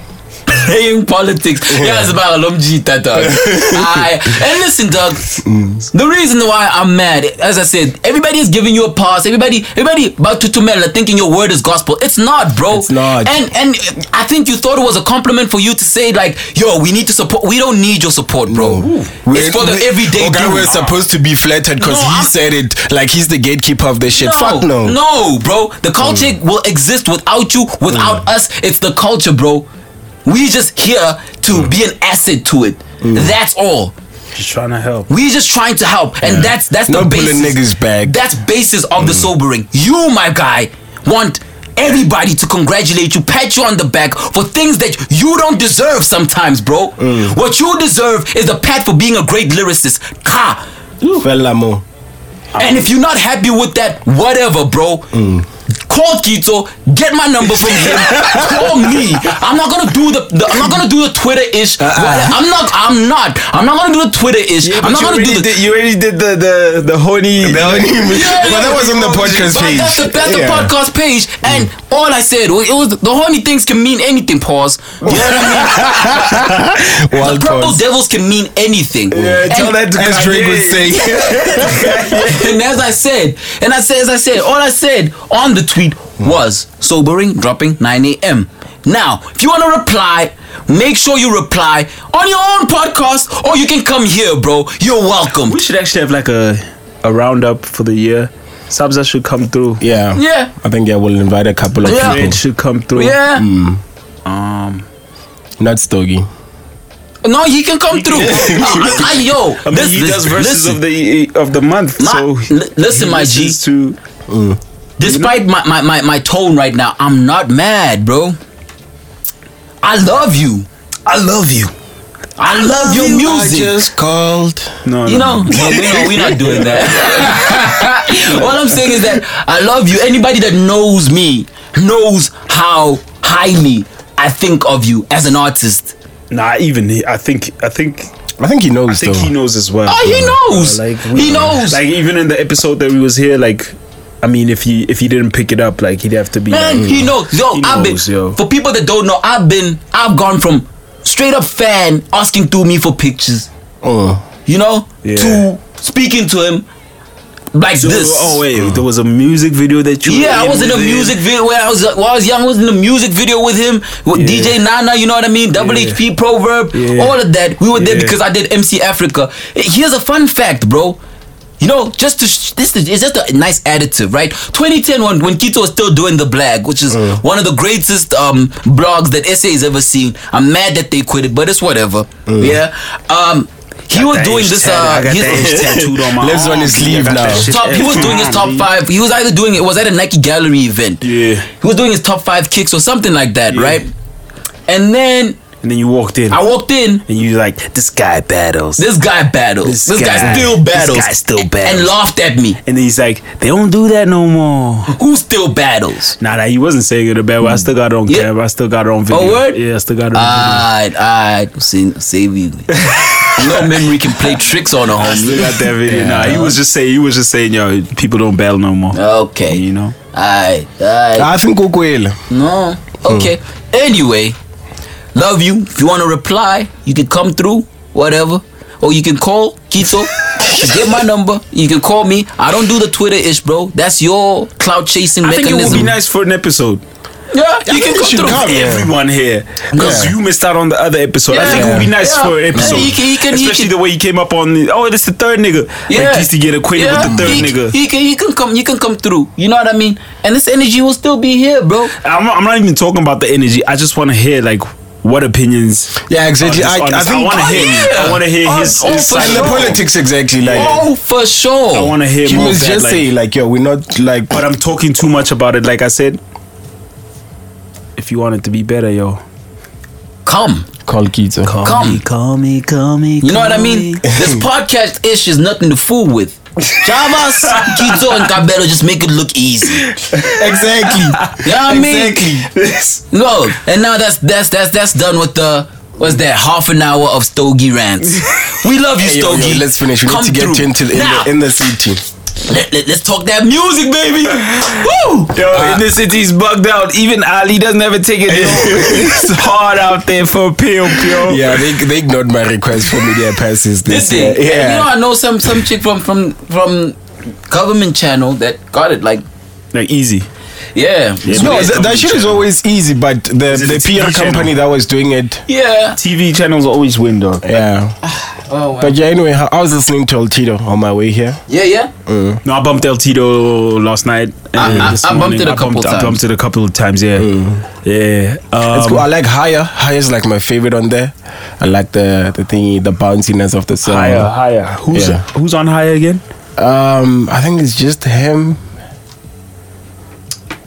C: playing politics? Yeah, it's about Alomjita, dog. I, and listen, dog, the reason why I'm mad, as I said, everybody is giving you a pass. Everybody, everybody about to Tumela thinking your word is gospel. It's not, bro.
A: It's not.
C: And and I think you thought it was a compliment for you to say like, yo, we need to support. We don't need your support, bro. It's for the everyday
A: guy
C: dude.
A: Oh, we're supposed to be flattered because
C: No,
A: he
C: I'm-
A: said it like he's the gatekeeper of this shit. Fuck no. Mm.
C: No, bro. The culture will exist without you, without us. It's the culture, bro. We just here to
A: Mm.
C: be an asset to it. That's all.
B: Just trying to help.
C: We just trying to help, and that's that's the
A: Not
C: basis.
A: pulling niggas back. Mm.
C: That's basis of the sobering. You, my guy, want everybody to congratulate you, pat you on the back for things that you don't deserve sometimes, bro.
A: Mm.
C: What you deserve is the pat for being a great lyricist. Ka.
A: Fella mo.
C: And if you're not happy with that, whatever, bro. Call Keto, get my number from
A: [LAUGHS]
C: him. call me. I'm not gonna do the, the I'm not gonna do the Twitter ish.
A: Uh-uh.
C: I'm not. I'm not. I'm not gonna do the Twitter ish. I'm not gonna do the.
A: you already did the the the honey. [LAUGHS] The honey.
C: Yeah,
A: but that
C: yeah.
A: was on the podcast
C: But
A: page.
C: That's the, that's
A: Yeah.
C: the podcast page, and all I said wa- it was the horny things can mean anything. Pause. You know what I
A: [LAUGHS]
C: mean?
A: Wild
C: the purple
A: pause.
C: devils can mean anything.
A: Yeah, tell that to As Drake would say.
C: [LAUGHS] and as I said, and I said, as I said, all I said on the tweet was sobering, dropping 9 a.m. Now, if you want to reply, make sure you reply on your own podcast, or you can come here, bro. You're welcome.
B: We should actually have like a a roundup for the year. Sabza should come through.
A: Yeah.
C: Yeah.
A: I think yeah, we'll invite a couple of
C: Yeah.
B: Red
A: people.
B: should come through.
C: Yeah.
A: Not Stogie.
C: No, he can come through. [LAUGHS] I, I- yo,
B: I mean,
C: this-
B: he
C: this-
B: does verses
C: listen.
B: of the of the month.
C: My-
B: so
C: li- listen,
B: he
C: my G.
B: listens To
C: Despite my, my, my, my tone right now, I'm not mad, bro. I love you. I love you. I love your music.
A: called.
B: no,
C: You
B: no,
C: [LAUGHS] know, no, we're, not, we're not doing [LAUGHS] that. All I'm saying is that I love you. Anybody that knows me knows how highly I think of you as an artist.
B: nah. Even he, I think I think
A: I think he
B: I
A: knows
B: think
A: though.
B: he knows as well.
C: Oh, he knows.
B: Uh,
C: he knows.
B: Like even in the episode that we was here, like I mean, if he if he didn't pick it up, like he'd have to be.
C: Man,
B: like,
C: he knows. Yo,
B: He
C: I've been
B: knows, yo.
C: for people that don't know, I've been I've gone from straight up fan asking to me for pictures,
A: Oh.
C: you know,
B: Yeah.
C: to speaking to him like
B: So,
C: this.
B: Oh wait, there was a music video that you.
C: Yeah, I was in a
B: with him.
C: music video when I was when I was young. I was in a music video with him, with
B: Yeah.
C: DJ Nana. You know what I mean? Double HP, Proverb,
B: Yeah.
C: all of that. We were there
B: Yeah.
C: because I did MC Africa. Here's a fun fact, bro. You know, just to sh- this is it's just a nice additive, right? 2010, when when Kito was still doing the Black, which is
B: Uh.
C: one of the greatest um blogs that SA has ever seen. I'm mad that they quit it, but it's whatever.
B: Uh.
C: Yeah. Um, he was
B: that
C: doing
B: H
C: this.
B: tat-
C: Uh,
B: I got
C: his-
B: that
C: [LAUGHS]
B: H tattooed on my
A: Lives on his
B: arm.
A: sleeve
B: I got
A: now.
B: that shit
C: top. He was doing his top five. He was either doing it was at a Nike gallery event.
B: Yeah.
C: He was doing his top five kicks or something like that,
B: Yeah.
C: right? And then
B: And then you walked in,
C: I walked in.
B: and you like this guy battles.
C: This guy battles. This,
B: This
C: guy,
B: guy-
C: still
B: this
C: battles.
B: guy still
C: a- And
B: battles.
C: laughed at me.
B: and then he's like, they don't do that no more.
C: Who still battles?
B: Nah, nah, he wasn't saying it a bad way. I still got it on
C: Hmm. Yeah. Oh, Ah,
B: camera. I still got it on video.
C: word?
B: Yeah, I still got it on
C: Alright, alright. Save save you.
B: [LAUGHS]
C: no memory can play tricks on a
B: video.
C: homie.
B: Still got that video. Nah, he was just saying, he was just saying, yo, people don't battle no more.
C: Okay.
B: You know?
C: Alright, alright.
A: I think Ukwele.
C: No. Okay. Anyway, love you. If you want to reply, you can come through, whatever. Or you can call Kito. Get my number. You can call me. I don't do the Twitter ish, bro. That's your cloud chasing
B: I think it
C: mechanism.
B: would be nice for an episode.
C: Yeah,
B: I
C: you
B: think
C: can
B: we
C: come
B: should
C: through.
B: cover everyone here because
A: Yeah.
B: you missed out on the other episode. I think it would be nice
C: Yeah.
B: for an
C: Yeah,
B: episode,
C: he can- he can- he
B: especially
C: can-
B: the way he came up on. The, oh, this the third nigga. Yeah, like, at least he get acquainted with the third
C: he,
B: nigga.
C: He can, he can come, you can come through. You know what I mean? And this energy will still be here, bro.
B: I'm, not- I'm not even talking about the energy. I just want to hear like what opinions.
A: Yeah, exactly.
B: are
A: I- I
B: dishonest.
A: think-
B: want to
A: Oh,
B: hear.
C: yeah.
B: I want to hear
C: Oh,
B: his,
C: oh,
B: his
C: for
B: side.
A: And
B: of
A: the
C: sure.
B: it.
A: politics exactly like
C: Oh, for sure.
B: I want to hear
A: he
B: more of
A: must
B: that.
A: just
B: like-
A: say like yo, we're not like
B: but I'm talking too much about it. Like I said, if you want it to be better, yo,
C: Come.
A: call oh. Keto.
C: Come.
B: Oh, call me, call me.
C: You know what I mean? This podcast ish is nothing to fool with. Javas, Kito, and Cabello just make it look easy.
A: [LAUGHS] Exactly.
C: You know what I mean?
A: Exactly.
C: No, and now that's that's that's that's done with the what's that half an hour of Stogie rants. We love you,
A: Hey, yo,
C: Stogie.
A: yo, let's finish. We
C: Come
A: need to get
C: through.
A: you into the, in,
C: now,
A: the, in the city.
C: let, let, us talk that music, baby. Woo!
B: Yo, in the city's bugged out. Even Ali doesn't ever take it. yo. it's hard out there for Pio Pio.
A: Yeah, they, they ignored my request for media passes this,
C: This thing.
A: year.
C: You know,
A: Yeah.
C: I know some some chick from from from government channel that got it. Like,
B: Like easy.
C: yeah,
A: No, that, that shit is always easy, but the,
B: it
A: the
B: a
A: PR
B: TV channel?
A: company that was doing it,
C: yeah.
B: TV channels always win, though.
A: yeah.
C: Oh, wow.
A: But yeah, anyway, I I was listening to El Tito on my way here.
C: yeah, yeah.
B: No, I bumped El Tito last night. and
C: I- I-
B: this
C: I bumped
B: morning.
C: it a
B: I
C: couple
B: bumped, I
C: times.
B: bumped it a couple of times. Yeah, yeah. Um,
A: It's cool. I like Higher. Higher is like my favorite on there. I like the the thingy, the bounciness of the song.
B: Higher, higher. uh, Who's
A: Yeah.
B: who's on higher again?
A: Um, I think it's just him.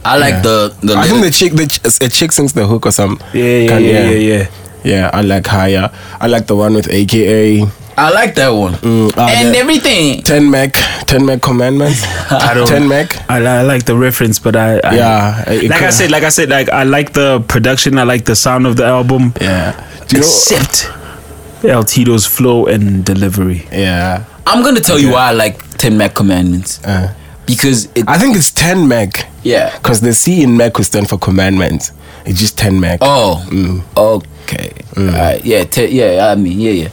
C: I like the the.
A: I think the
C: lyric.
A: chick, the ch- a chick sings the hook or some.
B: Yeah, yeah,
A: kind-
B: yeah, yeah, yeah.
A: Yeah, I like Higher. I like the one with AKA
C: I like that one.
A: Mm, ah,
C: and
A: that-
C: everything.
A: uh, Ten Mac, Ten Mac Commandments. I
B: don't-
A: Ten Mac.
B: [LAUGHS] I, li- I like the reference, but I, I
A: Yeah, it- it
B: like I
A: could-
B: said, like I said, like I like the production. I like the sound of the album,
A: Yeah. Do you know-
B: except El Tito's flow and delivery.
A: yeah.
C: I'm gonna tell you why I like Ten Mac Commandments
A: Uh,
C: because it.
A: I think it's ten Mac.
C: yeah.
A: Cause the C in Mac will stand for commandments. It's just ten Mac.
C: Oh.
A: Mm.
C: Okay. Alright, yeah. Te- yeah. I mean. Yeah. Yeah.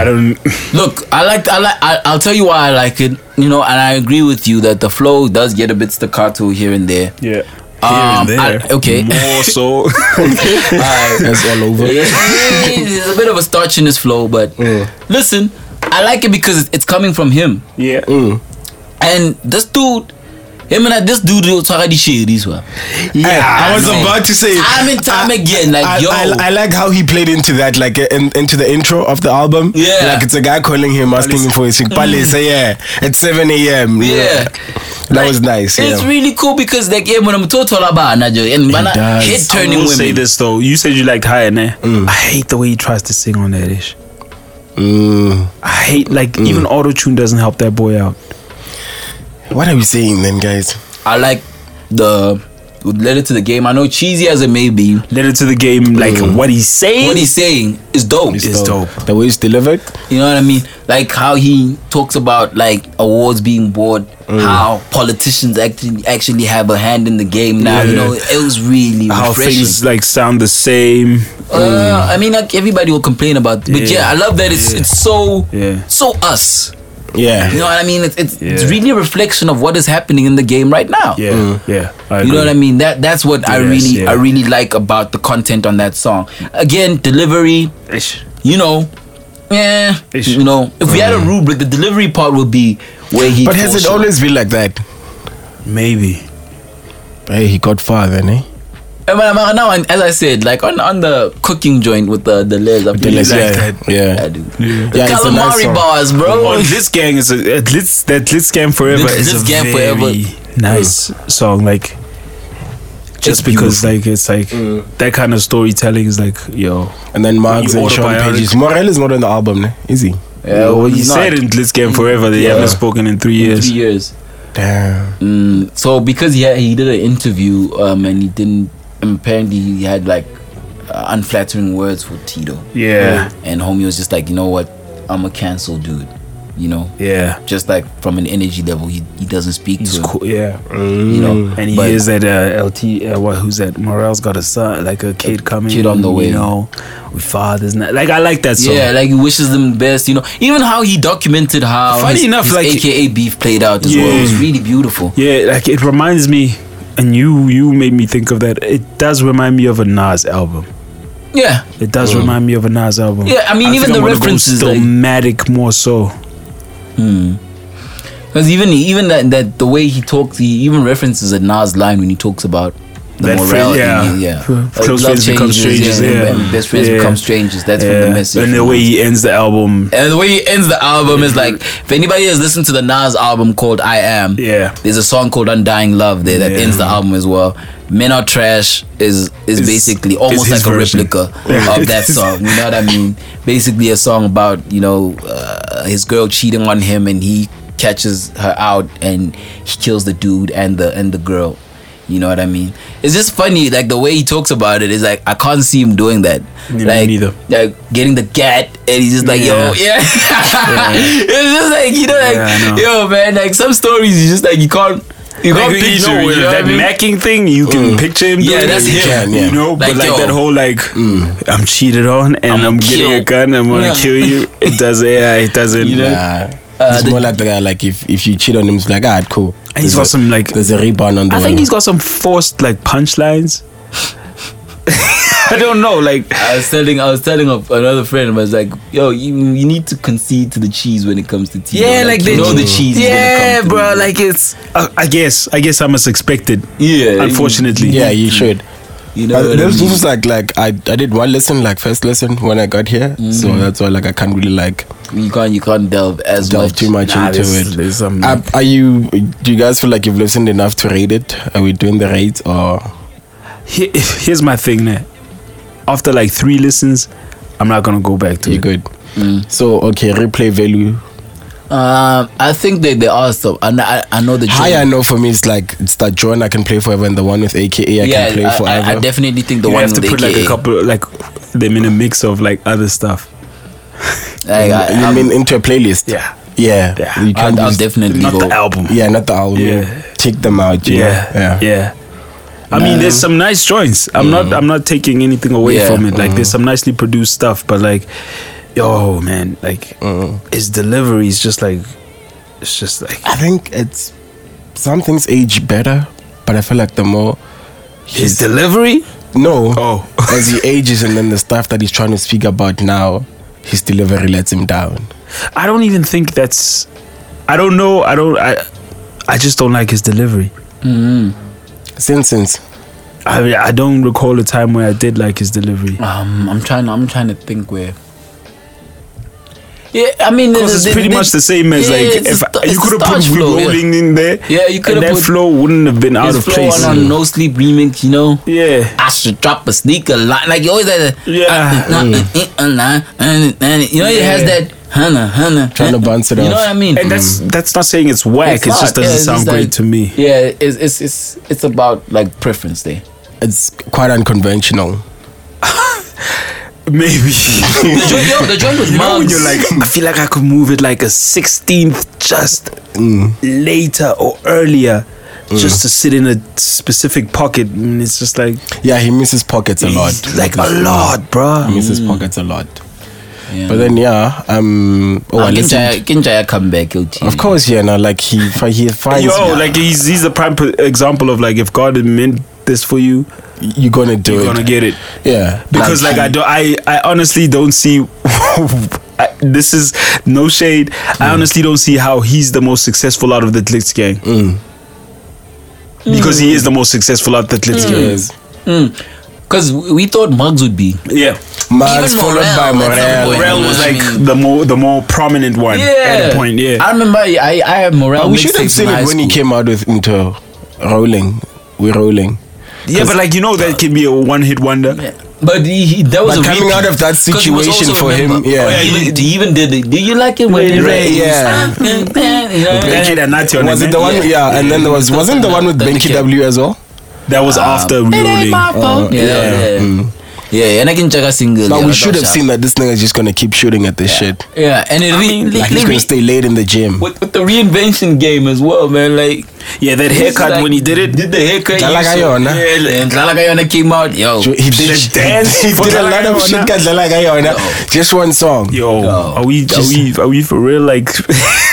B: I don't.
C: Look, I like. I like. I, I'll tell you why I like it. You know, and I agree with you that the flow does get a bit staccato here and there.
B: Yeah.
C: Um,
B: Here and
C: I- okay.
B: [LAUGHS] More so.
C: Alright.
A: [LAUGHS] That's all over.
C: it's a bit of a starch in his flow, but
A: Mm.
C: listen, I like it because it's- it's coming from him.
B: yeah.
C: And this dude, him and I, this dude, will talk the shit. This one.
A: Hey, I was
C: man.
A: about to say.
C: Time and time again, like,
A: I,
C: yo.
A: I, I like how he played into that, like uh, in, into the intro of the album.
C: Yeah.
A: like it's a guy calling him asking him for his sick palace. Yeah, at seven a.m.
C: Yeah.
A: that was nice.
C: It's
A: yeah.
C: really cool because they gave me them total about Najo and when I
A: does.
C: hit
B: I
C: turning
B: will
C: women. Mm.
B: say this though. You said you liked higher, nah? I hate the way he tries to sing on that ish.
A: Mm.
B: I hate like even auto tune doesn't help that boy out.
A: What are we saying then, guys?
C: I like the letter to the game. I know cheesy as it may be,
B: Letter to the game, like what he's saying.
C: Mm. what he's saying is dope.
B: It's dope.
A: The way it's delivered.
C: You know what I mean? Like how he talks about like awards being bought, how politicians actually actually have a hand in the game now. You
B: Yeah.
C: know, it was really
B: how
C: refreshing.
B: things like sound the same.
C: Uh, I mean, like everybody will complain about, but yeah,
B: Yeah.
C: I love that it's it's so
B: Yeah.
C: so us.
A: Yeah.
C: You know what I mean? It's it's, it's
B: Yeah.
C: really a reflection of what is happening in the game right now. Mm.
B: Yeah, yeah.
C: You know what I mean? That that's what I
B: Yes,
C: really
B: yeah.
C: I really like about the content on that song. Again, delivery, you know, yeah,
B: Ish.
C: you know. If we had a rubric, the delivery part would be where he.
A: But has
C: falls
A: it
C: short.
A: always been like that?
B: Maybe.
A: Hey, he got far then, eh?
C: And when I'm- Now, and as I said, like on on the cooking joint with the the layers,
A: The
C: I really
A: less-
C: like
A: yeah,
C: that.
A: yeah.
C: I do. The
A: Yeah, it's a nice
C: calamari
A: song.
C: bars, bro.
B: On this gang is a, at Litz, that Litz gang forever
C: Litz-
B: is
C: Litz
B: a
C: Gang
B: very
C: Forever.
B: nice song. Like just because like it's like
C: Mm.
B: that kind of storytelling is like yo.
A: And then Marks
B: You
A: and Sean
B: autobiotic.
A: Pages. Morel is not on the album, ne? is he?
C: Yeah, well,
B: he
C: he's
B: said
C: not.
B: in Litz gang forever they
C: Yeah.
B: haven't spoken in three years.
C: Three years.
A: Damn.
C: Mm, so because he had, he did an interview um, and he didn't and apparently he had like uh, unflattering words for Tito.
B: Yeah.
C: And homie was just like, you know what, I'm a cancel dude. You know,
B: Yeah.
C: just like from an energy level, he, he doesn't speak
B: He's
C: to him.
B: cool. Yeah.
C: You know,
B: And he
C: Mm. but-
B: hears that uh, LT, uh, what, who's that? Morel's got a son, like a kid coming.
C: kid on the way.
B: You know, with fathers. and that. Like I like that song.
C: Yeah, like he wishes them the best. You know, even how he documented how
B: Funny
C: his,
B: enough,
C: his
B: like-
C: AKA beef played out as well. It was
B: Yeah.
C: really beautiful.
B: Yeah, like it reminds me and you you made me think of that. It does remind me of a Nas album.
C: Yeah.
B: It does remind me of a Nas album.
C: Yeah, I mean, even the references, like-
B: Dramatic more so.
C: Because even even that, that the way he talks, he even references a Nas line when he talks about the
B: That
C: morality.
B: friend- yeah.
C: and he- yeah.
B: Close
C: Love
B: friends become strangers, yeah.
C: and Best friends
B: Yeah.
C: become strangers. That's what the
B: Yeah.
C: message.
B: and the way he ends the album.
C: And the way he ends the album is like, if anybody has listened to the Nas album called I Am,
B: Yeah.
C: there's a song called Undying Love there that
B: Yeah.
C: ends the album as well. Men Are Trash is is
B: Is-
C: basically
B: is
C: almost
B: his
C: like a
B: version.
C: replica of
B: [LAUGHS]
C: that song. You know what I mean? Basically, a song about you know uh, his girl cheating on him and he catches her out and he kills the dude and the and the girl. You know what I mean? It's just funny, like the way he talks about it is like I can't see him doing that.
B: me
C: like,
B: neither.
C: like getting the gat and he's just like, yo, yeah. [LAUGHS] it's just like you know, like
B: Yeah, I know.
C: yo, man, like some stories you just like you can't, you can't
B: Like,
C: picture.
B: you know,
C: it, you know what I
B: that
C: mean?
B: macking thing, you can picture him.
C: Yeah,
B: doing
C: that's
B: it,
C: him.
A: can, yeah.
B: You know, but
C: Like,
B: like
C: yo.
B: that whole like, I'm cheated on and
C: I'ma
B: I'm, getting
C: kill.
B: a gun. I'm gonna
C: Yeah.
B: kill
C: [LAUGHS]
B: you. It doesn't. Yeah, it doesn't.
C: You know?
A: Nah.
C: Uh,
A: it's
C: the-
A: more like the guy, like if, if you cheat on him, it's like, ah, cool.
B: And
A: There's
B: he's got
A: a-
B: some, like-
A: There's a rebound on the
B: I
A: one.
B: think he's got some forced like punchlines. I don't know. Like
C: I was telling, I was telling a, another friend, I was like, yo, you, you need to concede to the cheese when it comes to tea.
B: Yeah,
C: bro.
B: like
C: you
B: the-
C: know the cheese. is gonna
B: yeah,
C: come through,
B: bro. Like it's. I, I guess. I guess I must expect it.
C: Yeah,
B: Unfortunately.
A: yeah, you should.
C: you
A: But
C: know. what I
A: this
C: mean?
A: was like like I, I did one lesson like first lesson when I got here,
B: Mm.
A: so that's why like I can't really like
C: you can't, you can't delve as
A: delve
C: much.
A: too much
B: Nah,
A: into
B: there's-
A: it.
B: there's some-
A: Are, are you? Do you guys feel like you've listened enough to rate it? Are we doing the rate or?
B: Here- here's my thing. Now, after like three listens, I'm not gonna go back to
A: You're
B: it. Mm.
A: good. So okay, replay value.
C: Um, I think that there are some. I, kn- I, I know the
A: High I know for me it's like it's that joint I can play forever and the one with AKA I
C: yeah,
A: can play
C: I,
A: forever.
C: I, I definitely think the
B: You
C: one
B: have to
C: with
B: put like a
C: AKA.
B: couple like them in a mix of like other stuff.
C: Like, I,
A: you
C: I'm-
A: mean into a playlist?
B: Yeah.
A: Yeah.
B: Yeah.
A: You
C: I'll,
A: can't
C: I'll
A: just-
C: definitely
B: Not
C: go.
B: the album.
A: yeah, not the album.
B: Yeah.
A: Take them out. you know?
B: Yeah.
A: Yeah.
B: Yeah. I mean, there's some nice joints. I'm not. I'm not taking anything away
C: Yeah.
B: from it. Like, there's some nicely produced stuff, but like, yo, man, like,
C: Mm-hmm.
B: his delivery is just like, it's just like,
A: I think it's some things age better, but I feel like the more
B: his
A: he's
B: delivery.
A: no
B: Oh.
A: [LAUGHS] as he ages and then the stuff that he's trying to speak about now, his delivery lets him down.
B: I don't even think that's. I don't know. I don't. I. I just don't like his delivery.
A: Since since
B: I mean, I don't recall a time where I did like his delivery.
C: Um, I'm trying. I'm trying to think where. Yeah, I mean,
B: Because
C: the-
B: it's
C: the-
B: pretty
C: the-
B: much the same as
C: yeah,
B: like
C: it's
B: if
C: a sta-
B: I- you
C: it's a
B: could have put
C: starch flow, yeah.
B: rolling in there.
C: Yeah, you coulda
B: and that
C: put
B: flow wouldn't have been out
C: His
B: of
C: flow
B: place.
C: on, on No Sleep remix, you know.
B: Yeah.
C: I should drop a sneaker line, like you always had. a-
B: Yeah.
C: uh, uh, uh,
A: Mm.
C: uh, uh, line, uh, uh, uh, You know, it has
B: Yeah.
C: that. Hana, hana,
A: Trying to
C: hana.
A: bounce it
C: You
A: off.
C: know what I mean?
B: And that's
A: Mm.
B: that's not saying it's whack. it just
C: not, yeah,
B: doesn't
C: it's
B: sound
C: just
B: great
C: like-
B: to me.
C: Yeah, it's it's it's it's about like preference there.
A: it's quite unconventional.
B: [LAUGHS]
C: [LAUGHS]
B: Maybe.
C: The joint, yo, the joint was
B: you know when
C: mugs.
B: you're like, I feel like I could move it like a 16th just
A: Mm.
B: later or earlier, just to sit in a specific pocket. And it's just like
A: Yeah, he misses pockets a lot.
B: like a lot, Mm. bruh.
A: He misses pockets a lot.
C: Yeah.
A: But then yeah, um oh I
C: Nah,
A: listened,
C: Kinjaya, Kinjaya come back, LT.
A: of course, yeah, no, like he fi- he finds
B: Yo, like he's he's a prime p- example of like if God had meant this for you,
A: you're gonna do
B: you're
A: it.
B: gonna get it.
A: yeah.
B: Because like,
A: he-
B: I do, I I honestly don't see. [LAUGHS] I, this is no shade. I honestly don't see how he's the most successful out of the Glitz gang. Because he is the most successful out of the Glitz gang.
A: Yes.
C: Because we thought mugs would be.
B: Yeah.
A: Max
C: Even
A: followed by
C: Morel, at
A: Morel.
C: some point.
B: Morel
C: know
B: was
C: what I
B: like
C: mean?
B: the more the more prominent one at a point.
C: I
B: Yeah.
C: remember I I had Morel.
A: But we should have
C: mixtapes
A: seen
C: in
A: it
C: high
A: when he
C: school.
A: came out with into rolling. We're rolling.
B: Yeah, but like you know that can be a one hit wonder.
C: But he, he, that was
A: But
C: a
A: coming
C: repeat.
A: out of that
C: 'Cause he was
A: situation
C: also
A: for him,
C: remember-
A: yeah.
C: Oh, he, even, he even did. it. Do you like it when it rains? [LAUGHS]
A: yeah.
C: You know what I mean?
B: Benki da Nati on
A: Was it the one?
C: Yeah.
A: Yeah, and then there was wasn't the one with
C: Then
A: Benki
C: it came.
A: W as well.
B: That was after
C: It ain't
B: reeling.
C: my fault. Yeah,
A: Uh, yeah. Mm.
C: yeah. Yeah, and I can check a single.
A: But
C: yeah,
A: we
C: that's
A: should have
C: sharp.
A: seen that this nigga is just gonna keep shooting at this shit.
C: Yeah, and it re-
A: Like he's gonna stay late in the gym.
C: with, with the reinvention game as well, man. Like
B: Yeah, that
C: it's
B: haircut
C: like-
B: when he did it.
C: did the haircut. you
A: Dlala
C: saw-
A: Gayona.
C: Yeah, and Dlala Gayona came out. Yo,
A: He did, [LAUGHS] he did
B: dance for
A: a lot of
B: Dlala
A: shit.
B: Gayona.
A: guys, Dlala Gayona. Just one song.
B: [LAUGHS] Yo, are we are we are we for real like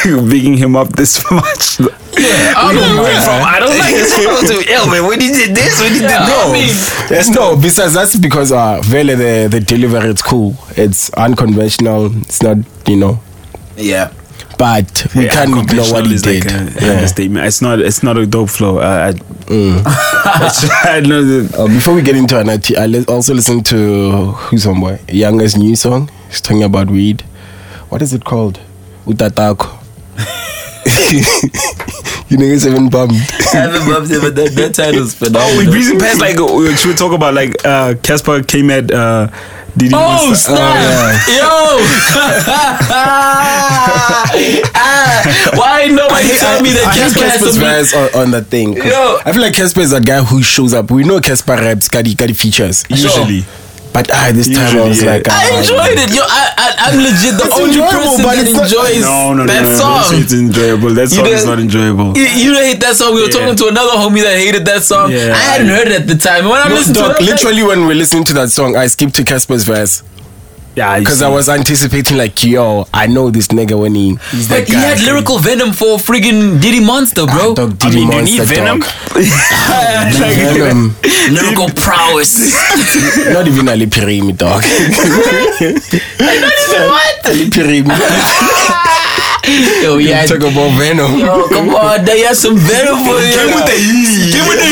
B: bigging him up this [LAUGHS] much?
C: I don't know.
A: Bro, Oh, I don't like this photo. Yo, man, when he did this, when he did
C: Yeah,
A: no.
C: I mean-
A: Yes, no, besides that's because uh Vele the, the delivery it's cool. It's unconventional, it's not you know.
C: Yeah.
A: But we
B: Yeah,
A: can't ignore
B: unconventional
A: what he
B: is like
A: did.
B: a-
A: yeah.
B: a statement. It's not. It's not a dope flow. I, I, [LAUGHS] I know
A: [LAUGHS]
B: that-
A: Uh, before we get into an IT, I li- also listened to who's on boy Younger's new song. He's talking about weed. What is it called? Utatako. [LAUGHS] you niggas haven't bumped.
C: Haven't bumped it, but that, that title's
A: Oh,
C: phenomenal. Oh,
B: we breezing past like uh, we should talk about like uh Casper came at uh Diddy
C: Oh
B: Monster.
C: snap! Yo! [LAUGHS] ah, why nobody tell me
A: I
C: that
A: hate
C: Casper has
A: Casper's
C: to be?
A: vibes on, on that thing. 'cause
C: Yo.
A: I feel like Casper is that guy who shows up. We know Casper raps, Kadi Kadi features.
B: Usually,
A: But ah, this time I
B: Usually,
A: was
B: yeah.
A: like,
C: I
A: ah,
C: enjoyed it. Yo, I, I I'm legit the
A: It's
C: only
A: enjoyable,
C: person
A: but
C: that
A: it's not-
C: enjoys
B: no, no, no,
C: that
B: no, no,
C: song.
B: It's enjoyable. That song is
C: didn't-
B: not enjoyable.
C: You, you don't hate that song. We were
B: Yeah.
C: talking to another homie that hated that song.
B: Yeah.
C: I hadn't heard it at the time. When I
A: No,
C: listened
A: dog,
C: to it, I was like,
A: literally when we listened to that song, I skipped to Casper's verse.
B: Yeah, you
A: Because I
B: see.
A: was anticipating like, yo, I know this nigga when he he's
C: but he had lyrical venom for friggin' Diddy Monster, bro.
A: Ah, dog,
B: I
A: Diddy
B: mean, you
A: Monster,
B: need Venom. [LAUGHS]
A: dog. [LAUGHS] Venom.
C: lyrical prowess.
A: Not even Ali Pirimi, dog. [LAUGHS] Not even [LAUGHS] what? Ali Pirimi.
C: Yo,
A: [LAUGHS]
C: he
A: Yeah,
C: had
A: talk about Venom.
C: Yo, come on, they have some venom for you. Give with the heat. Give with the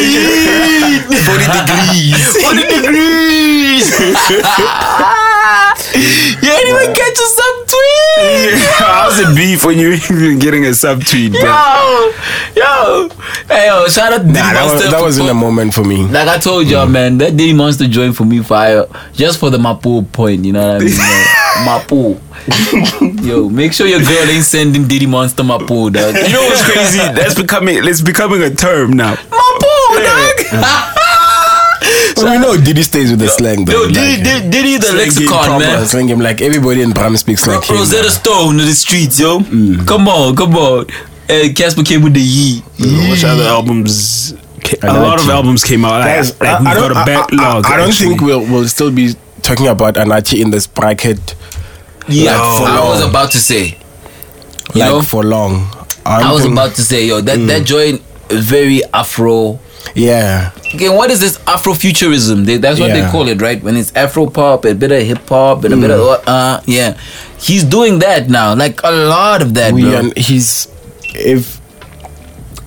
C: heat. [LAUGHS]
A: [LAUGHS]
C: 40 degrees. 40 degrees. Ah, you ain't even catch a sub tweet.
B: How's it beef when you [LAUGHS] even getting a subtweet, bro?
C: Yo, yo. Hey, yo, shout out to
A: Nah,
C: Diddy
A: that, was,
C: Monster.
A: that
C: for-
A: wasn't a moment for me.
C: Like I told y'all, man, that Diddy Monster joined for me fire just for the Mapu point, you know what I mean?
A: [LAUGHS]
C: man? Mapu. Yo, make sure your girl ain't sending Diddy Monster Mapu, dog.
B: You know what's
C: [LAUGHS]
B: crazy? That's becoming it's becoming a term now.
C: Mapu, dog.
A: Well, you know, Diddy stays with the slang though.
C: Yo,
A: like,
C: Diddy, Diddy, Diddy the
B: Slang game
C: lexicon,
A: proper
C: man.
A: slang him like everybody in Bram speaks like him. Mm.
C: Rosetta Stone in the streets, yo. Come on, come on. Uh, Casper came with the ye.
B: Which other albums? ca-
A: I
B: A lot
A: like
B: of
A: you.
B: albums came out. Like,
A: Guys,
B: like we've
A: don't-
B: got a backlog.
A: I, I, I don't
B: actually.
A: think we'll we'll still be talking about Anachi in this bracket
C: Yeah,
A: Like, for
C: I was
A: long.
C: about to say. You
A: like
C: know,
A: for long. don't
C: I was
A: think-
C: about to say, yo, that that
A: Mm.
C: joint is very Afro.
A: yeah.
C: Again, what is this Afrofuturism? They, that's what
A: Yeah. Mm.
C: they call it, right? When it's Afro pop, a bit of hip hop, and a bit of uh, yeah. He's doing that now, like a lot of that,
A: we
C: bro.
A: and he's if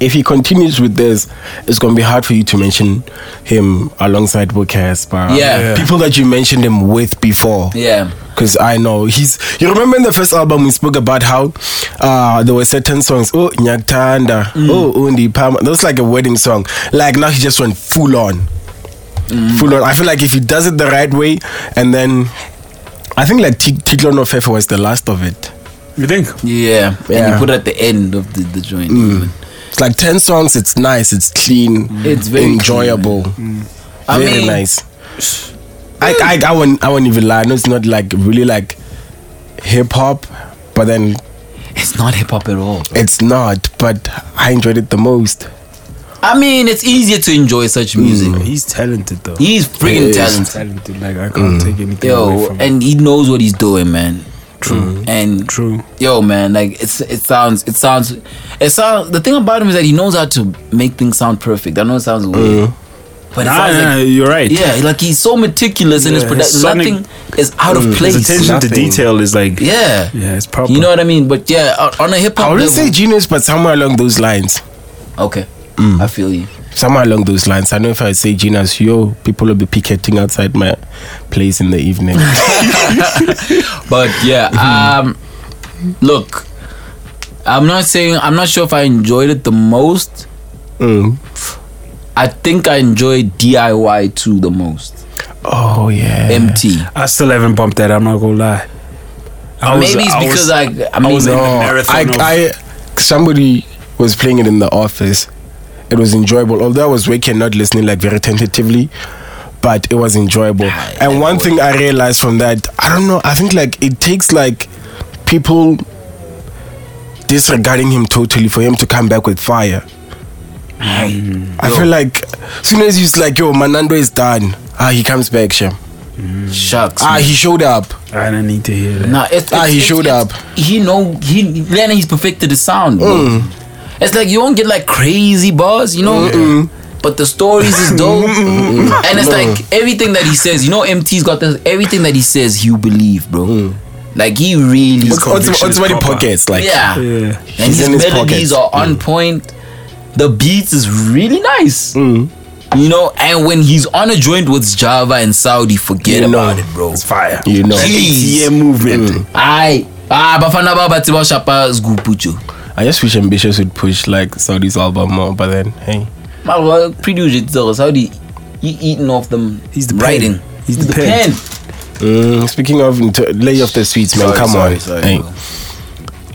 A: if he continues with this, it's gonna be hard for you to mention him alongside Bukes, but
C: Yeah. Yeah.
A: people that you mentioned him with before.
C: Yeah.
A: Cause I know he's. You remember in the first album we spoke about how uh there were certain songs. Oh Nyaktanda,
C: Mm.
A: oh Undi Pama. That was like a wedding song. Like now he just went full on,
C: Mm.
A: full on. I feel like if he does it the right way, and then I think like Ti- Titlo No Fefe was the last of it.
B: You think?
C: yeah, And
A: Yeah. Mm.
C: you put it at the end of the, the joint. even.
A: It's like 10 songs. It's nice. It's clean.
C: Mm. It's very Mm.
A: enjoyable.
C: I
A: Very
C: mean-
A: nice. I, I, I, won't, I won't even lie. I know it's not like really like hip hop, but then
C: It's not hip hop at all.
A: it's not. But I enjoyed it the most.
C: I mean, it's easier to enjoy such music.
B: He's talented though.
C: He's
A: He
C: freaking
A: is.
C: talented.
B: talented. Like I can't
A: Mm.
B: take anything away
C: Yo, eh,
B: from.
C: and he knows what he's doing, man. True. And
B: True.
C: Yo, man, like it's it sounds it sounds it sounds. The thing about him is that he knows how to make things sound perfect. I know it sounds
B: Mm.
C: weird, but it
B: Nah,
C: sounds
B: nah,
C: like
B: you're right.
C: yeah, like he's so meticulous in his
B: Yeah,
C: production.
B: his sonic-
C: Nothing is out of
B: Mm. His
C: place.
B: attention to
A: nothing.
B: detail is like
C: yeah,
B: yeah, it's proper.
C: you know what I mean. But yeah, on- on a hip hop
A: I wouldn't
C: level,
A: say genius, but somewhere along those lines.
C: okay,
B: Mm.
C: I feel you.
A: Somewhere along those lines. I know if I say genius, yo, people will be picketing outside my place in the evening.
C: But
B: [LAUGHS]
C: yeah,
B: Mm-hmm.
C: um, look, I'm not saying I'm not sure if I enjoyed it the most.
A: Mm.
C: I think I enjoyed DIY 2 the most.
A: Oh, yeah.
C: MT.
B: I still haven't bumped that. I'm not gonna lie. I was-
C: Maybe it's
B: I was-
C: because I, I, mean,
B: was in the
A: No,
B: marathon of-
A: I, I, somebody was playing it in the office. It was enjoyable, although I was waking, not listening like very tentatively, but it was enjoyable.
C: Ah,
A: and one thing I realized from that, I don't know, I think like it takes like people disregarding him totally for him to come back with fire. I feel like soon as he's like, yo, Manando is done. Ah, he comes back, Shem.
C: shucks.
A: Ah, he showed up.
B: I don't need to hear that.
C: nah, it's,
A: Ah,
C: it's-
A: he
C: it's-
A: showed
C: it's-
A: up. Mm.
C: He know he Lennon. He's perfected the sound. bro. It's like you won't get like crazy bars, you know. But the stories is dope, and it's like everything that he says. You know, MT's got this. Everything that he says, you believe, bro. Like he really,
A: What's, what's,
B: conviction
A: what's
B: is
A: what he
B: proper.
A: pockets Mm. like?
C: yeah.
B: Yeah.
C: And
A: He's
C: his
A: in his pockets.
C: melodies
A: Mm.
C: are on point. The beats is really nice.
A: Mm.
C: You know, and when he's on a joint with Java and Saudi, forget
A: You know.
C: about it, bro.
B: It's fire.
A: You know.
C: Jeez. Mm.
B: Yeah, movement.
C: Aye. Ah, bafana baba tiba shapa zgupucho.
A: I just wish Ambitious would push like Saudi's album more, but then hey,
C: Malwa produce it though. Saudi, he eating off them.
B: He's the pen.
C: writing.
B: He's the pen.
A: Mm, speaking of into- lay off the sweets, man,
C: Sorry,
A: come
C: sorry,
A: on.
C: sorry,
A: hey.
C: bro.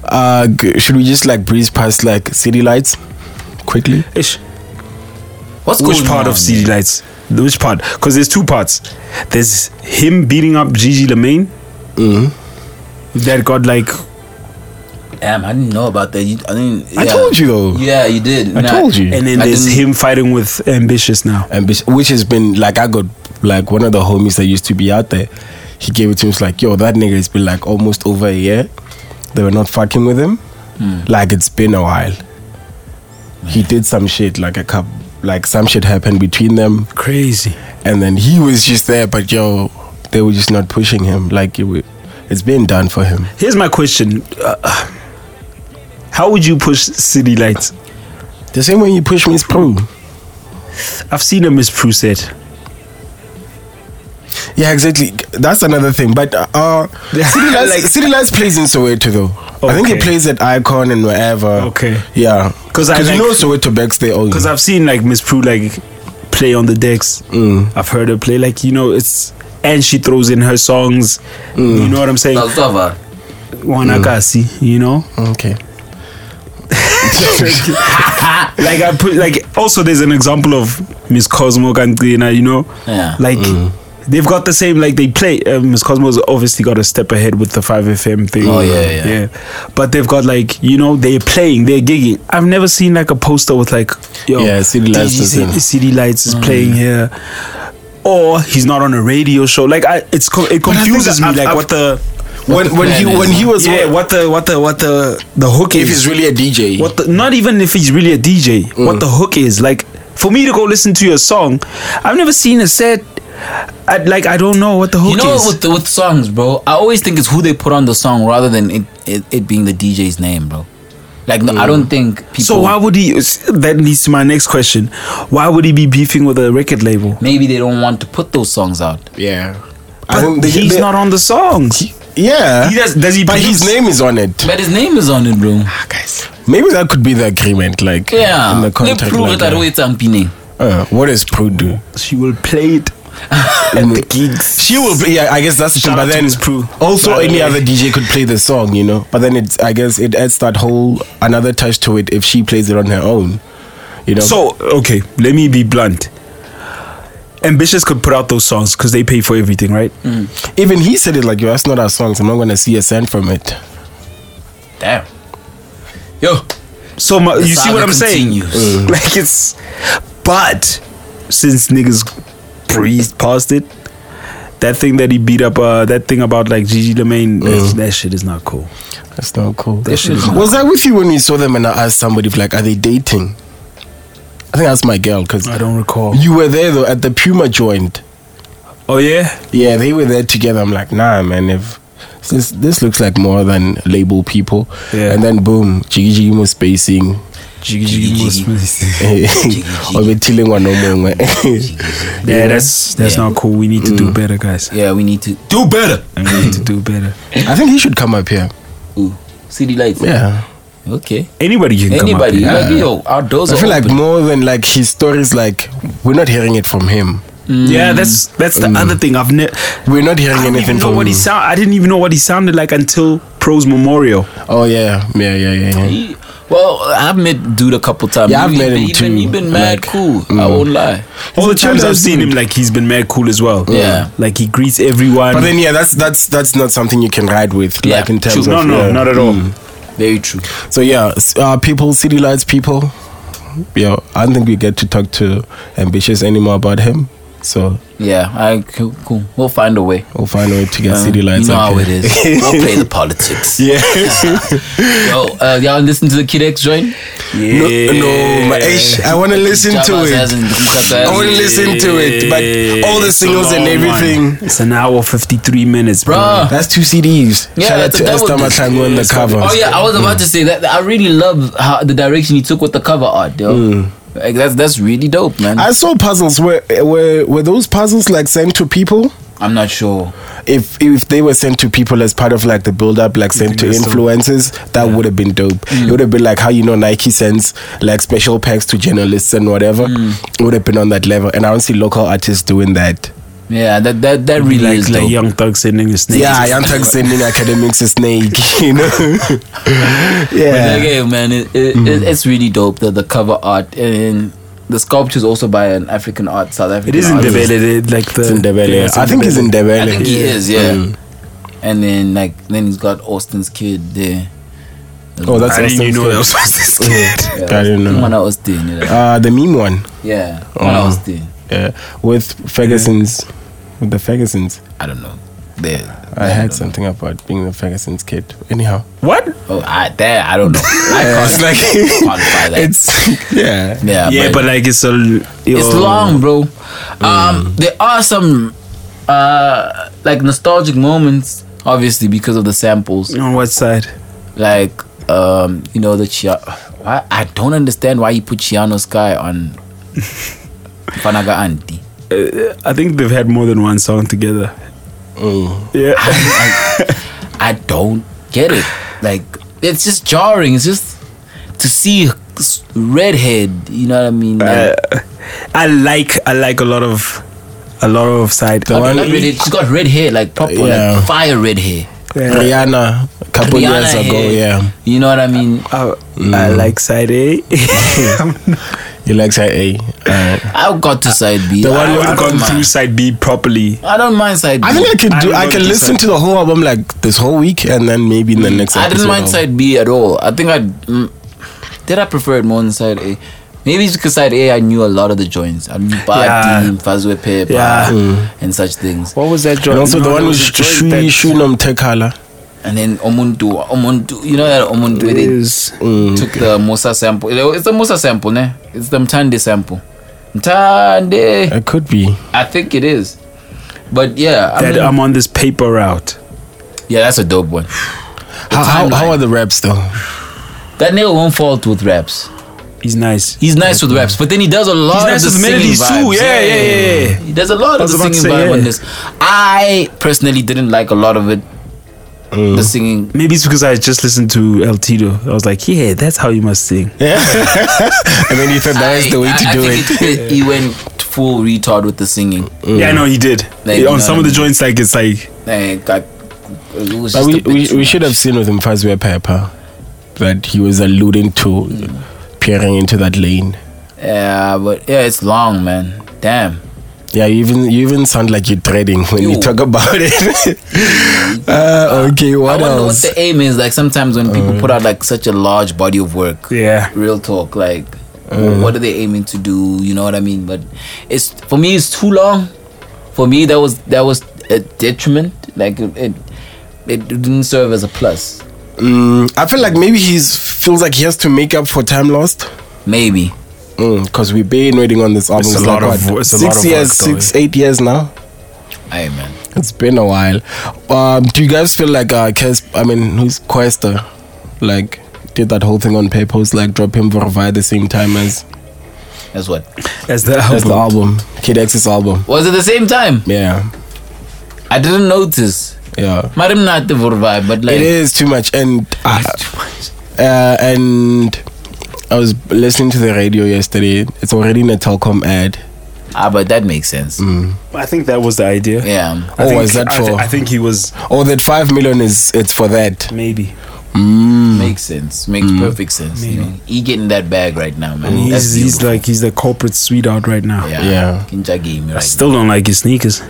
A: Uh, g- should we just like breeze past like city lights quickly?
B: Ish.
C: What's
B: Which
C: going
B: part
C: on,
B: of CD Lights? Which part? Because there's two parts. There's him beating up Gigi Lemaine.
C: Mm-hmm.
B: That got like
C: man? Damn, I didn't know about that. You, I didn't.
A: I
C: yeah.
A: told you though.
C: Yeah, you did.
A: I told you.
B: And then
C: I
B: there's
C: didn't-
B: him fighting with Ambitious now.
A: Ambition, which has been like I got like one of the homies that used to be out there. He gave it to him. It's like, yo, that nigga has been like almost over a year. They were not fucking with him. Like it's been a while. He did some shit like a cup, like some shit happened between them,
B: Crazy.
A: and then he was just there. But yo, they were just not pushing him. Like it, wa- it's been done for him.
B: Here's my question. Uh, uh, how would you push City Lights?
A: The same way you push Miss Pro.
B: I've seen a Miss Prue set.
C: Mm.
A: Yeah, exactly. That's another thing. But uh, City Lights,
B: [LAUGHS] Like-
A: City Lights plays in Soweto though. I think it
B: Okay.
A: plays at Icon and wherever.
B: Okay.
A: Yeah.
B: 'Cause I
A: you
B: like-
A: know Soweto backs their own.
B: Because I've seen like Miss Prue like play on the decks.
C: Mm.
B: I've heard her play like you know it's and she throws in her songs.
C: Mm.
B: You know what I'm saying?
C: That's over.
B: Wanakasi.
C: Mm.
B: You know. [LAUGHS]
A: okay.
B: like I put like also there's an example of Miss Cosmo Cantina, you know?
C: Yeah.
B: Like they've got the same like they play uh, Miss Cosmo's obviously got a step ahead with the 5FM thing.
C: Oh, yeah, yeah.
B: But they've got like, you know, they're playing, they're gigging. I've never seen like a poster with like yo
A: Yeah, City Lights
B: DJ
A: is in. Mm.
B: City Lights is playing here. Or he's not on a radio show. Like I it's co- it
A: I think
B: confuses me
A: I've-
B: like
A: I've-
B: what the
A: When when he
C: plan
A: when
C: is-
A: he was
B: yeah, what the what the what the the hook
A: if
B: is
A: he's really a DJ.
B: what the, not even if he's really a DJ, what the hook is. Like for me to go listen to your song, I've never seen a set. I, like I don't know what the hook
C: You know,
B: is.
C: with with songs, bro, I always think it's who they put on the song rather than it it, it being the DJ's name, bro. Like, no, I don't think people.
B: so why would he? That leads to my next question: Why would he be beefing with a record label?
C: maybe they don't want to put those songs out.
A: yeah. I
B: But
A: think they-
B: he's
A: they-
B: not on the song.
A: Yeah.
B: He does- does he
A: But his
B: produce?
A: name is on it.
C: But his name is on it, bro.
A: Maybe that could be the agreement, like
C: Yeah,
A: in the
C: they
A: contract.
C: prove
A: like
C: it that
A: that.
C: way. It's Ampine.
A: Uh, what does Pro do?
B: She will play it.
A: and the gigs. She will. Play, yeah, I guess that's the thing.
B: Shout
A: But
B: out to
A: then
B: Miss Prue,
A: also
B: by the
A: any
B: way.
A: other DJ could play the song, you know. But then it's I guess it adds that whole another touch to it if she plays it on her own, you know.
B: So okay, let me be blunt. Ambitious could put out those songs because they pay for everything, right?
A: even he said it like, "Yo, that's not our songs. I'm not gonna see a cent from it."
C: Damn. Yo,
B: So my, you see
C: saga
B: what I'm
C: continues.
B: saying? [LAUGHS] Like it's, but since niggas breezed past it, that thing that he beat up, uh, that thing about like Gigi Lemaine, that, that shit is not cool.
A: That's not cool.
B: shit is
A: was that with you when we saw them and I asked somebody if like, are they dating? I think that's my girl because
B: I don't recall.
A: You were there though at the Puma joint.
B: Oh yeah,
A: Yeah, they were there together. I'm like, nah, man. If this this looks like more than label people,
B: Yeah.
A: and then boom, Jiggy Jiggy Mo spacing.
B: Gigi,
C: Gigi,
B: was-
A: obethile ngwana o mongwe
B: Yeah, that's that's
C: Yeah.
B: not cool. We need to do better, guys.
C: yeah, we need to.
B: Do better. we need to do better.
A: i think he should come up here
C: Ooh, city lights.
A: yeah
C: Okay.
B: Anybody can
C: Anybody?
B: come up.
C: Like, yo, our doors
A: i
C: are
A: feel like
C: open.
A: more than like his stories like we're not hearing it from him
B: Yeah, that's that's the other thing. I've never.
A: we're not
B: I
A: hearing
B: don't
A: anything
B: even know
A: from
B: what he
A: him
B: sound. I didn't even know what he sounded like until Pro's Memorial.
A: oh yeah yeah yeah yeah, yeah.
C: He- Well, I've met dude a couple times.
A: Yeah, I've
C: He-
A: met him
C: he been-
A: too.
C: He been mad
A: Like,
C: cool. I won't lie.
B: All the
A: He's a
B: times
A: chill
B: I've
A: ass
B: seen
A: dude.
B: him, like he's been mad cool as well.
C: Yeah.
B: like he greets everyone.
A: but then yeah that's that's that's not something you can ride with
C: Yeah,
A: like in terms
C: true.
A: of
B: no, no,
A: yeah.
B: not at all.
C: Very true.
A: so yeah s- uh, people city lights people yeah i don't think we get to talk to ambitious anymore about him So
C: Yeah, I cool, cool. We'll find a way.
A: we'll find a way to get
B: Uh,
A: city
C: you
A: lights.
C: know
A: up
C: how it
A: here.
C: is. We'll play the politics.
A: Yeah.
C: Yo, uh, y'all listen to the Kid X joint?
A: No, no, my ish, I want to listen to
C: Jabba's
A: it.
C: hasn't- Mkhatha
A: I
C: hasn't-
A: want to listen to it, but all the
B: It's a
A: singles and
B: long
A: everything.
B: one. It's an hour fifty three minutes, bro.
C: Bruh.
A: That's two CDs.
C: Yeah,
A: Shout out
C: the
A: to
C: double
A: Esther
C: disc.
A: Matan on the cover.
C: Oh yeah, I was about to say that. I really love how the direction he took with the cover art, yo. Like that's that's really dope, man. I,
A: I saw puzzles. Were were were those puzzles like sent to people?
C: am not sure.
A: If if they were sent to people as part of like the build up, like sent to
B: think so.
A: influencers, that would have been dope. It would have been like how you know Nike sends like special packs to journalists and whatever. It would have been on that level, and I don't see local artists doing that.
C: Yeah, that that that
B: Be
C: really
B: like,
C: is
B: like
C: dope.
B: young thug sending a snake.
A: Yeah, I'm [LAUGHS] talking sending academics a snake, [LAUGHS] you know.
C: But
A: yeah,
C: again, man, it, it,
A: Mm-hmm.
C: it, it's really dope. The the cover art and the sculpture is also by an African art, South African.
B: It is in
C: artist.
B: Ndebele, like the
A: it's in Debele.
B: Yeah, it's
A: I think he's in Debele. Mm.
C: I think he
B: Yeah.
C: is, yeah. And then like then he's got Austin's kid there.
A: Oh, that's
B: I didn't
A: Austin's
B: even know
A: kid.
B: that was Austin's kid.
C: yeah,
A: I didn't know.
C: Mwana Austin, yeah.
A: Uh, the meme one.
C: yeah. Mwana
A: Oh.
C: Austin.
A: Yeah, with Ferguson's, with the Fergusons.
C: I don't know. There,
A: I
C: there,
A: heard
C: don't know.
A: something about being the Ferguson's kid. Anyhow,
B: What?
C: Oh, I there. I don't know. I can't
A: like [LAUGHS]
C: qualify that.
A: it's yeah.
C: yeah,
B: Yeah, but like it's a
C: it's long, bro. Um,
A: Mm.
C: there are some uh like nostalgic moments, obviously because of the samples.
B: On what side?
C: Like um, you know the Chia. Why I don't understand why you put Chiano Sky
A: [LAUGHS]
C: on Fanaga Auntie.
B: I think they've had more than one song together.
A: Mm.
B: Yeah.
C: I don't get it. Like it's just jarring. It's just to see s- redhead. You know what I mean? Like,
B: Uh, I like I like a lot of a lot of side.
A: The one-
C: not really. She's got red hair, like proper,
A: Yeah.
C: like fire red hair.
B: Yeah.
A: Rihanna a couple
C: Rihanna
A: years ago.
C: hair.
A: Yeah,
C: You know what I mean?
B: I, I like side A.
A: he likes her eh. Uh, A. Alright.
C: I've got to side B.
A: The
C: [LAUGHS] I
A: one
B: I
A: who
C: don't
B: haven't gone
C: mind.
B: through side B properly.
C: I don't mind side B.
A: I think I can
B: I
A: do.
B: don't
A: I,
B: know
A: can
B: if it's
A: listen
B: like-
A: to the whole album like this whole week, and then maybe in the next.
C: Mm. I didn't
A: episode
C: mind
A: I'll-
C: side B at all. I think I mm, did. I prefer it more than side A. Maybe it's because side A, I knew a lot of the joints. I knew
B: Yeah.
C: Badi, Fazwe Pepa,
B: Yeah.
C: ah, and such things.
B: What was that
A: And
B: joint?
A: also
B: No,
A: the one
B: there
A: with
B: was a
A: Sh-
B: joint
A: Shui
B: that
A: Shunom Tekala.
C: And then Omundu, Omundu. You know that Omundu? where They
B: is-
C: took the Musa sample. It's the Musa sample, ne? It's the Mtande sample. Mtande.
A: It could be.
C: I think it is. But yeah, I
B: that um,
C: mean-
B: I'm on this paper route.
C: yeah, that's a dope one.
A: How, how, how
C: timeline.
A: are the raps though?
C: That nigga won't fault with raps.
B: He's nice.
C: He's nice with raps, but then he does a lot
B: nice
C: of
B: with
C: the singing
B: melodies
C: vibes.
B: too. Yeah, yeah, yeah, yeah.
C: He does a lot
B: I
C: of
B: was
C: the singing
B: about to say,
C: vibe on
B: yeah.
C: this. I personally didn't like a lot of it.
A: Mm.
C: The singing.
B: Maybe it's because I just listened to El Tito. I was like, yeah, that's how you must sing.
A: Yeah, [LAUGHS] and then you thought that was the way
C: I-
A: to
C: I
A: do it.
C: think it- He went full retard with the singing.
B: Yeah, I know he did.
C: Like,
B: On
C: you
B: some
C: know
B: of
C: what I
B: the joints, like it's like
C: Like, I, it was
A: But
C: just
A: we,
C: a bit
A: we,
C: too
A: we should
C: much.
A: have seen with Mfazwe Pepper that he was alluding to peering into that lane.
C: Yeah, but yeah, it's long, man. Damn.
A: Yeah, you even you even sound like you're dreading when you
C: Ew.
A: talk about
C: [LAUGHS]
A: it. uh, okay, what
C: I wonder
A: else? Mm.
C: what the aim is. Like sometimes when people put out like such a large body of work,
B: yeah.
C: real talk, like wh- what are they aiming to do? You know what I mean? But it's for me, it's too long. For me, that was that was a detriment. Like it, it, it didn't serve as a plus.
A: Mm, I feel like maybe he's feels like he has to make up for time lost.
C: Maybe
A: Because we've been waiting on this album.
B: It's a
A: It's
B: lot
A: like
B: of
A: what,
B: wo- it's a lot
A: six
B: of
A: years,
B: work, though,
A: six, eight years now.
C: I man.
A: It's been a while. Um, do you guys feel like uh, Kes? I mean, who's Quester? Like, did that whole thing on purpose? Like, drop him for at the same time as
C: That's what.
B: That's the
A: That's the
B: album.
A: album. Kid X's album.
C: Was it the same time?
A: Yeah.
C: I didn't notice.
A: Yeah.
C: Might have not the vibe, but like
A: It is too much. And uh, uh, and I was listening to the radio yesterday. It's already in a telecom ad.
C: ah, but that makes sense.
B: I think that was the idea.
C: Yeah.
B: I
A: Oh,
B: think-
A: is that
B: I thi-
A: for-
B: I think he was
A: Oh, that five million is it's for that.
B: maybe.
C: Makes sense. Makes perfect sense. You know, he getting that bag right now, man.
B: And
C: Mm. That's
B: he's, he's
C: beautiful.
B: like he's the corporate sweetheart right now.
C: yeah,
A: Yeah.
C: Kinja game
B: I
C: right.
B: still don't like his sneakers.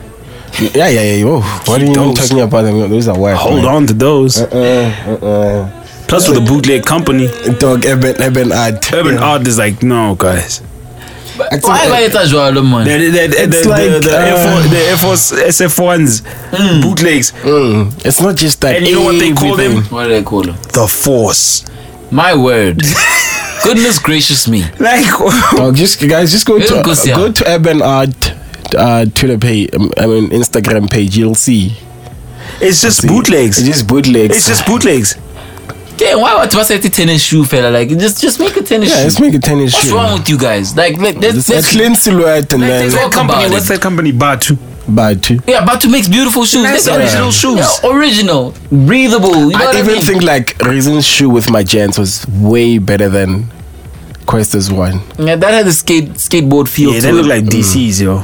A: Yeah, yeah, yeah. Oh, what are you even
B: Those.
A: talking about? them? Those are wild.
B: Hold on to those.
A: Uh,
B: Plus, with the bootleg company,
A: Dog, urban, urban art.
B: Urban Art is like, no, guys.
C: But
A: Active-
C: Why bayenza jwalo
B: The,
C: man?
B: the, the,
A: It's
B: the,
A: like,
B: the, Air
A: uh, Hmm.
B: Force, the Air Force SF1s, bootlegs,
A: Mm, it's not just that.
B: And you know what they call
A: everything.
B: them?
C: What do they call him?
B: the Force.
C: My word. Goodness gracious me.
B: Like,
A: Dog, just guys, just go
C: Little
A: to
C: goose, yeah.
A: go to Urban Art uh, Twitter page. um, I mean Instagram page. You'll see.
B: [LAUGHS] it's just bootlegs.
A: It's just bootlegs.
B: It's just bootlegs.
C: Damn, why what was it tennis shoe fella? Like just just make a tennis
A: yeah.
C: shoe.
A: Let's make a tennis
C: What's
A: shoe.
C: wrong with you guys? Like let, let's,
A: It's a
C: let's
A: clean silhouette and
C: Let's
A: then
C: talk about it.
B: that company, Batu?
A: but
C: Yeah, Batu makes beautiful shoes.
B: Nice
C: Make them-
B: original shoes.
C: Yeah, original, breathable. You know what
A: I
C: I
A: even
C: mean?
A: think like Reason's shoe with my gents was way better than Quest's one.
C: yeah, that had a skate skateboard feel to
B: Yeah, they
C: it.
B: look like DCs, yo.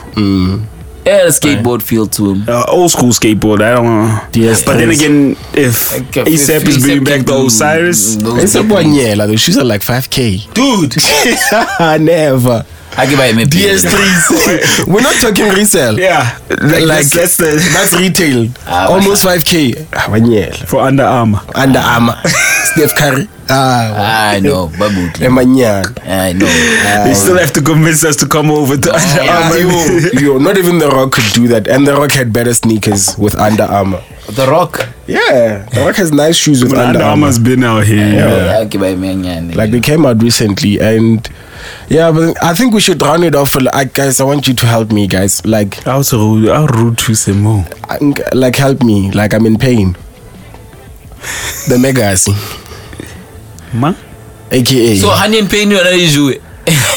C: it had a skateboard feel to him.
B: Uh, old school skateboard. I don't know.
A: Yes,
B: but then
A: please.
B: again, if ASAP is bringing back the [LAUGHS] Osiris,
A: It's a one year, like the shoes are like 5k.
B: dude,
A: [LAUGHS] Never.
C: I give it maybe.
A: DS3s. [LAUGHS] We're not talking resale.
B: [LAUGHS] yeah, like,
A: Like
B: that's,
A: [LAUGHS]
B: that's the
A: that's retail.
C: Ah,
A: Almost 5k. Ah, One year.
B: for Under Armour.
A: Under Armour. Steph Curry. Ah,
C: I know, Babu.
A: Emanyang.
C: I know.
A: Oh,
B: They
C: I-
B: still have to convince us to come over to Under
C: yeah.
B: Armour.
A: yo, yo, not even The Rock could do that. And The Rock had better sneakers with Under Armour.
C: The Rock.
A: Yeah, The Rock has nice shoes with
B: But
A: Under,
B: Under
A: Armour.
B: Armour's been out here. yo.
C: Yeah, I give it man.
A: Like they came out recently, and yeah, but I think we should round it off. Like, guys, I want you to help me, guys. Like,
B: I also rude, I rude to some more.
A: I- like help me. Like I'm in pain. The Megas,
B: Man?
A: aka.
C: so Honey and Pain, you know you do it.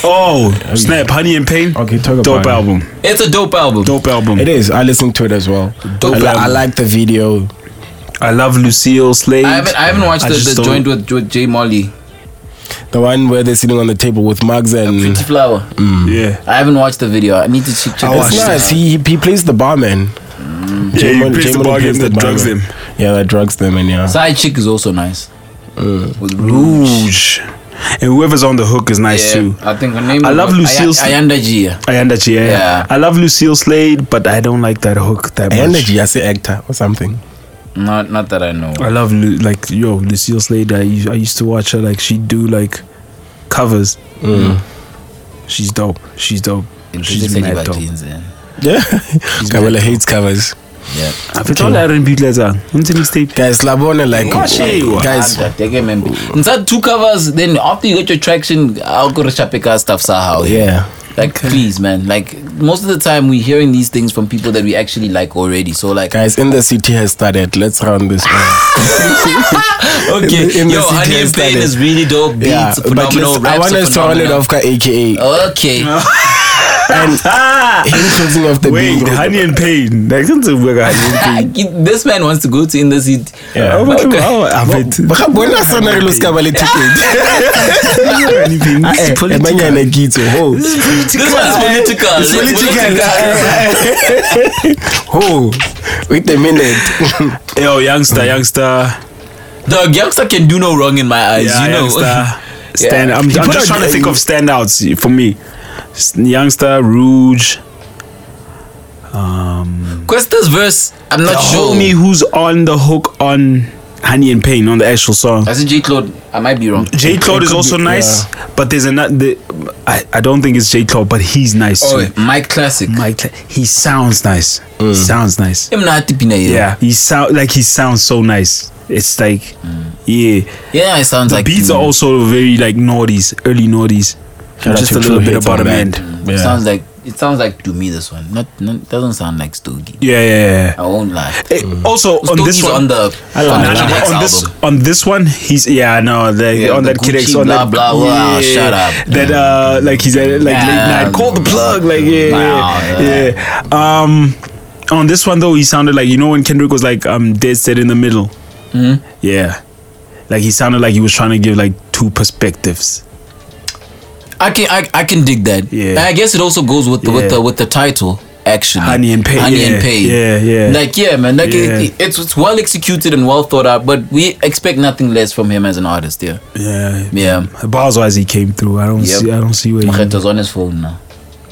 B: Oh, snap! Honey and Pain.
A: Okay, talk
B: dope
A: about it.
B: album.
C: It's a dope album.
B: Dope album.
A: it is. I listen to it as well.
B: Dope
A: I, li- I
B: album.
A: like the video.
B: I love Lucille Slade.
C: I haven't I haven't watched
B: I
C: the,
B: just
C: the
B: don't-
C: joint with with J Molly.
A: The one where they're sitting on the table with mugs
B: Mm.
A: and
C: Pretty flower.
B: Yeah,
C: I haven't watched the video. I need to check check.
B: I
C: this
A: it's
B: watched
C: out.
B: it.
A: nice. He he plays the barman.
B: yeah.
A: J-Mon-
B: You piss the
A: J-Mon
B: bar
A: plays
B: game
A: the
B: that drugs
A: barman.
B: him.
A: Yeah, that drugs them and yeah.
C: Side chick is also nice.
B: Mm.
C: With Rouge.
B: Rouge. And whoever's on the hook is nice
C: Yeah,
B: too.
C: I think her name.
B: I love Lucille Sl-
C: Ayanda G. yeah.
B: Ayanda G, yeah.
C: Yeah.
B: I love Lucille Slade, but I don't like that hook that much.
A: Energy as an actor or something.
C: Not not that I know.
B: I love Lu- like yo Lucille Slade. I used, I used to watch her like she do like covers.
C: Mm.
B: She's dope. She's dope. She's
C: Introduce
B: mad
C: anybody
B: dope.
C: jeans, yeah.
A: Yeah, Kabela hates covers.
C: Yeah.
B: I've told her in Butler.
C: [LAUGHS]
B: Until mixtape.
A: Guys, Labone like
B: Washiwa.
A: guys.
C: Ah, take it, man. Inside two covers, then after you get your traction, I'll go to Chapika stuff somehow.
A: Yeah.
C: Like please, man. Like most of the time, we're hearing these things from people that we actually like already. So like,
A: Guys, in the city has started. Let's round this
C: Ah,
A: one.
C: okay,
A: in the
C: yo,
A: city
C: Honey
A: has
C: and Pain
A: started.
C: is really dope. Beats,
A: yeah, but
C: phenomenal. Oh.
A: let's,
C: raps
A: I want us
C: are
A: to round it
C: phenomenal.
A: off, ka- aka
B: [LAUGHS]
C: Okay. [LAUGHS]
A: and him closing off the
B: Wait,
A: big road.
B: Honey and Pain. That comes to work out.
C: this man wants to go to in the seat.
A: Yeah.
B: Oh, okay. Oh, I bet.
A: Ba ga bona sona re lo ska
B: [LAUGHS]
A: ba le ticket.
B: Anything.
A: Ah, eh, emanyane kitso, ho.
C: This one's political.
A: It's political. Ho. Wait a minute.
B: Yo, Oh, youngster, youngster.
C: Dog, youngster can do no wrong in my eyes.
B: Yeah,
C: you know. [LAUGHS]
B: youngster. Stand.
C: Yeah.
B: I'm, I'm
C: He put
B: just
C: out-
B: trying to think of standouts for me. S- Youngster, Rouge.
C: Questa's verse, I'm not
B: Show
C: sure.
B: me who's on the hook on Honey and Pain on the actual song.
C: I said J Claude. I might be wrong.
B: J Claude is also nice, but there's another. I, I don't think it's J Claude, but he's nice
C: Oh,
B: too.
C: Mike Classic.
B: Mike, Cla- he sounds nice. He sounds nice.
C: Imnati Pina, yeah.
B: Mm. Yeah, he sound like he sounds so nice. It's like, yeah.
C: Yeah, it sounds
B: The
C: like
B: beats are also very like noughties, early noughties.
A: Shout out
B: Just
A: to
B: a little
A: True
B: bit
A: Hits
B: about
A: on
B: a
A: that.
B: man.
C: It sounds like it sounds like to me this one. Not, not doesn't sound like Stogie.
B: Yeah, yeah, yeah.
C: I won't lie.
B: Eh, also on
C: Stogie's
B: this one,
C: on the
B: I love
C: on the
B: that.
C: Kid X
B: on this
C: album.
B: on this one, he's yeah, no, the,
C: Yeah,
B: on
C: the
B: that Kid X,
C: Gucci,
B: on
C: blah,
B: that
C: blah, blah,
B: yeah,
C: shut up.
B: That uh, like he's at like
C: Yeah.
B: late night, call the plug, like yeah, yeah,
C: Wow,
B: yeah. Um, on this one though, he sounded like you know when Kendrick was like um dead set in the middle,
C: Hmm?
B: yeah, like he sounded like he was trying to give like two perspectives.
C: I can I, I can dig that.
B: Yeah.
C: And I guess it also goes with the, with
B: Yeah.
C: the with the title actually.
B: Honey and Pain,
C: Honey
B: yeah,
C: and pain.
B: yeah, yeah.
C: Like yeah, man. Like
B: Yeah.
C: It, it's it's well executed and well thought out, but we expect nothing less from him as an artist. Yeah.
B: Yeah,
C: Yeah.
B: bars wise he came through. I don't
C: Yep.
B: see, I don't see where. he-
C: Mokgeto's on his phone now.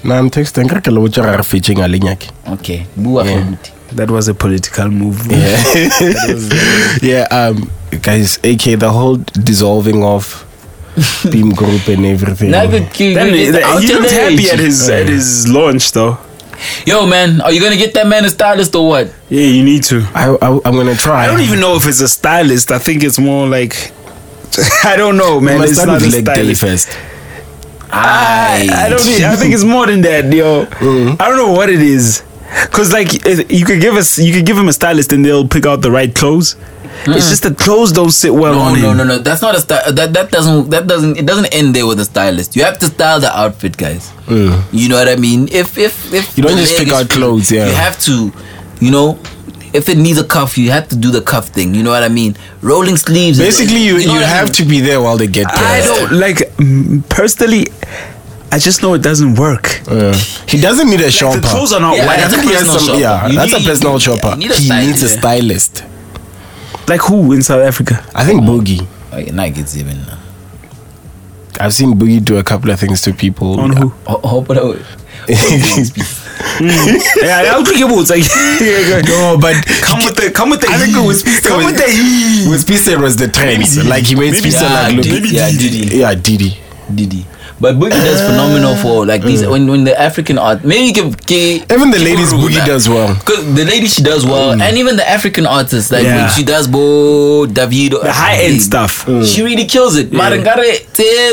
A: Na I'm texting ka ke le botsa ra re fetching a lenyake.
C: Okay. Bua for Muti.
B: That was a political move. [LAUGHS]
A: Yeah. yeah, um guys, aka the whole dissolving of Beam Group and everything.
C: Nigga, you- you
B: Then he,
C: just out
B: he
C: your
B: looked happy
C: age.
B: at his at his launch though.
C: Yo, man, are you gonna get that man a stylist or what?
B: Yeah, you need to.
A: I, I, I'm gonna try.
B: I don't even know if it's a stylist. I think it's more like [LAUGHS] I don't know, man.
A: must
B: It's
A: start
B: not a
A: with leg day
B: stylist.
A: first.
B: I, I don't. e- I think it's more than that, yo. I don't know what it is, cause like it- you could give us, you could give him a stylist and they'll pick out the right clothes. It's just the clothes don't sit well
C: No,
B: on him.
C: no, no, no. That's not a style. That that doesn't that doesn't it doesn't end there with a stylist. You have to style the outfit, guys.
A: Mm.
C: You know what I mean? If if if
A: You don't
C: the
A: just
C: leg
A: pick
C: is
A: out
C: free,
A: clothes, yeah.
C: you have to, you know. If it needs a cuff, you have to do the cuff thing. You know what I mean? Rolling sleeves. is-
A: Basically, you,
C: know
A: you
C: what I
A: have
C: mean?
A: to be there while they get
B: I
A: dressed.
B: don't like mm, personally. I just know it doesn't work.
A: Yeah. He doesn't need a shopper.
B: clothes are not Yeah,
A: I
B: white. that's
A: think
C: a
A: he has
C: personal
A: some-
C: shopper.
A: Yeah,
C: You
A: that's
C: need-
A: a personal
C: yeah,
A: shopper.
C: you need a
A: he
C: stylist,
A: needs a
C: yeah.
A: stylist.
B: Like who in South Africa?
A: I think Boogie.
C: Oh, yeah, Nike gets even.
A: I've seen Boogie do a couple of things to people.
B: On who?
C: Ho- ho- but,
A: [LAUGHS]
C: uh,
B: [LAUGHS] yeah, I don't think it was like. [LAUGHS]
A: no, Oh, but
B: Come with the come with the
A: I think
B: heat.
A: with Spisa
B: come
A: was-
B: with the heat.
A: with Spisa was the trends.
B: Diddy.
A: Like he made
B: Maybe
A: Spisa like
C: Diddy.
A: look.
C: Yeah, Diddy. Yeah, Diddy.
A: Yeah, Diddy.
C: Diddy. But Boogie does phenomenal for like
B: Mm.
C: these when, when the African art maybe give, give
A: Even the ladies, Boogie does well.
C: Cause the lady she does well, and even the African artists like
B: Mm. Yeah.
C: when she does Bo Davido,
B: The high end stuff. Mm.
C: She really kills it. Marangare,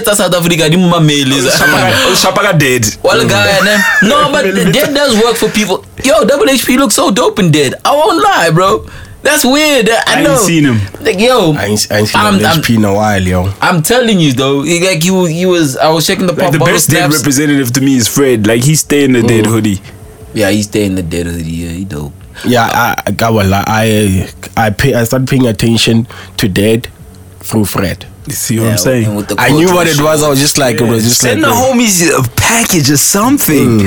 C: that's South Africa. di
B: Oh,
C: mumameli. [LAUGHS] Oh,
B: Shapaka dead.
C: Well, guy, and then, no,
B: [LAUGHS]
C: but that does work for people. Yo, Double HP looks so dope and dead. I won't lie, bro. That's weird. I,
B: I ain't
C: know.
B: seen him.
C: Like, yo,
A: I ain't, I ain't seen
C: I'm-
A: an
C: I'm-
A: HP in a while, yo.
C: I'm telling you though, he- like you, you was. I was checking the pop
B: Like the Oh.
C: bottle
B: best dead
C: snaps.
B: representative to me is Fred. Like he's staying the dead hoodie.
C: yeah, he's staying the dead of the year. He dope.
A: Yeah, I, I got well, I I pay, I started paying attention to Dad through Fred.
B: You see what
C: Yeah,
B: I'm
C: and
B: saying?
C: with the
A: I knew
C: cultural
A: what it
C: shit.
A: was. I was just like, it was just
B: Send
A: like,
B: the homies a package or something.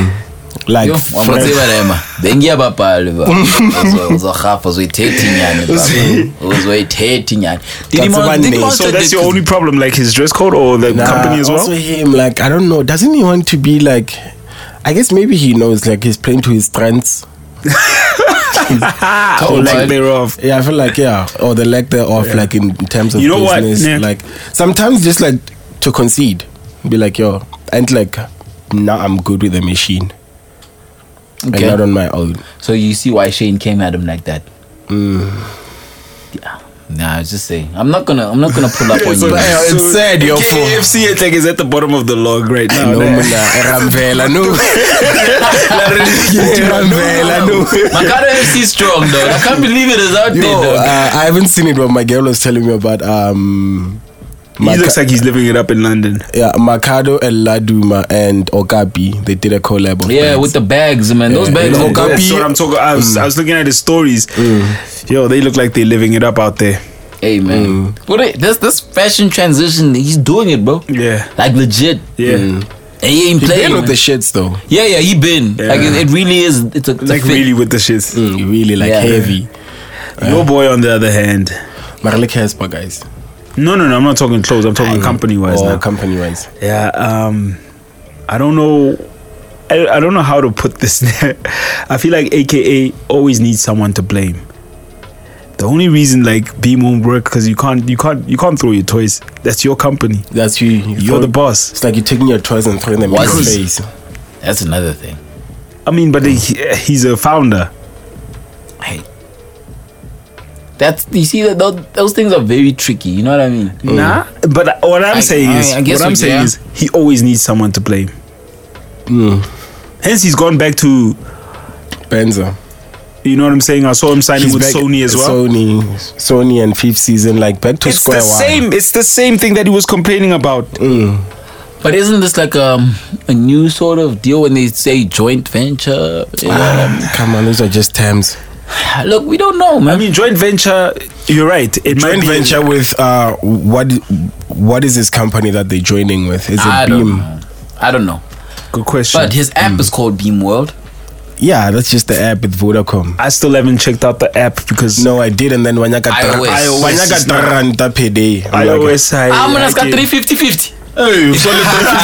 A: like
C: Yo,
A: Fred.
C: wamutsewa naye ma bengiya babhali ba Uzo- uzorhafa uzoyithethi nyani ba uzoyithethi nyani Diddy
A: That's
C: Mon-
A: one
C: Diddy
A: name.
C: Monster
B: So that's
C: did-
B: your only problem, like his dress code or the
A: Nah,
B: company as well.
A: Also him, like I don't know. Doesn't he want to be like? I guess maybe he knows. Like he's playing to his strengths.
B: [LAUGHS] Ah, or
C: Cold
B: like
C: vibe.
B: thereof.
A: Yeah, I feel like yeah, or the lack thereof, like in terms of
B: You know what,
A: business.
B: Nick?
A: Like sometimes just like to concede, be like yo, and like now I'm good with the machine.
C: Okay.
A: And not on my own.
C: so you see why Shane came at him like that yeah nah I was just saying I'm not gonna I'm not gonna pull up on you
B: Hmm.
A: but-
C: man.
B: [LAUGHS]
A: it's sad, your fault.
B: KFC it's like is at the bottom of the log right now.
A: no,
B: man.
A: mina, Ramvela,
B: [LAUGHS]
A: no. [LAUGHS] Ramvela,
C: [LAUGHS]
A: no.
C: Makara FC strong though I can't believe it is out
A: Yo,
C: there
A: uh,
C: dog.
A: I haven't seen it, but my girl was telling me about um.
B: He
A: Maca-
B: looks like he's living it up in London.
A: yeah, Makado El Laduma and Okapi. They did a collab. Of
C: yeah
A: bands.
C: with the bags man those
A: Yeah.
C: bags
A: No,
C: are dope.
A: Okapi-
B: That's what I'm talking. I was, I was looking at his stories. Yo, they look like they're living it up out there.
C: hey man
B: Mm.
C: what it- this this fashion transition he's doing it bro
B: Yeah,
C: like legit Mm.
B: yeah.
C: And he ain't
A: He
C: playing
A: been with
C: man.
A: the shits though.
C: Yeah, yeah, he been.
B: Yeah.
C: Like it, it really is. It's a, it's
B: Like
C: a fit.
B: really with the shits.
A: Mm, really like
C: Yeah.
A: heavy.
B: Your boy, on the other hand,
A: Marley Casper guys.
B: no, no, no. I'm not talking clothes. I'm talking company wise
A: Or
B: now.
A: company wise.
B: Oh, yeah. Um, I don't know. I, I don't know how to put this. [LAUGHS] I feel like AKA always needs someone to blame. The only reason like B won't work because you can't you can't you can't throw your toys. That's your company.
A: That's you. you
B: You're
A: throw-
B: the boss.
A: It's like you're taking your toys and throwing them in
C: Why
A: his
C: is-
A: face.
C: That's another thing.
B: I mean, but he, he's a founder.
C: Hey, that's you see that those, those things are very tricky. You know what I mean?
B: Nah, but what I'm
C: I-
B: saying
C: I-
B: is,
C: I guess
B: what I'm
C: we-
B: saying
C: yeah.
B: is, he always needs someone to blame. Hence, he's gone back to,
A: Benzo.
B: you know what I'm saying. I saw him signing
A: He's
B: with
A: back-
B: Sony as well.
A: Sony, Sony, and fifth season, like back to
B: it's
A: square
B: the
A: one.
B: same. It's the same thing that he was complaining about.
C: But isn't this like um a new sort of deal when they say joint venture? You know?
A: Come on, those are just terms.
C: Look, we don't know, man.
B: Ah. I mean, joint venture. You're right. It might
A: Joint
B: be
A: venture with uh, what? What is this company that they're joining with? Is it
C: I don't
A: Beam?
C: know. I don't know.
B: Good question.
C: But his
B: Mm.
C: app is called Beam World.
A: Yeah, that's just the app with Vodacom.
B: I still haven't checked out the app because
A: No, I did, and then when I got
C: iOS. iOS
A: when I
B: is
A: got
B: not-
A: ranta per day, I'm like,
B: iOS. I,
C: I'm gonna
B: I
C: ask
B: get-
C: 350 50.
A: Hey, it's
B: [LAUGHS]
A: only 50-50.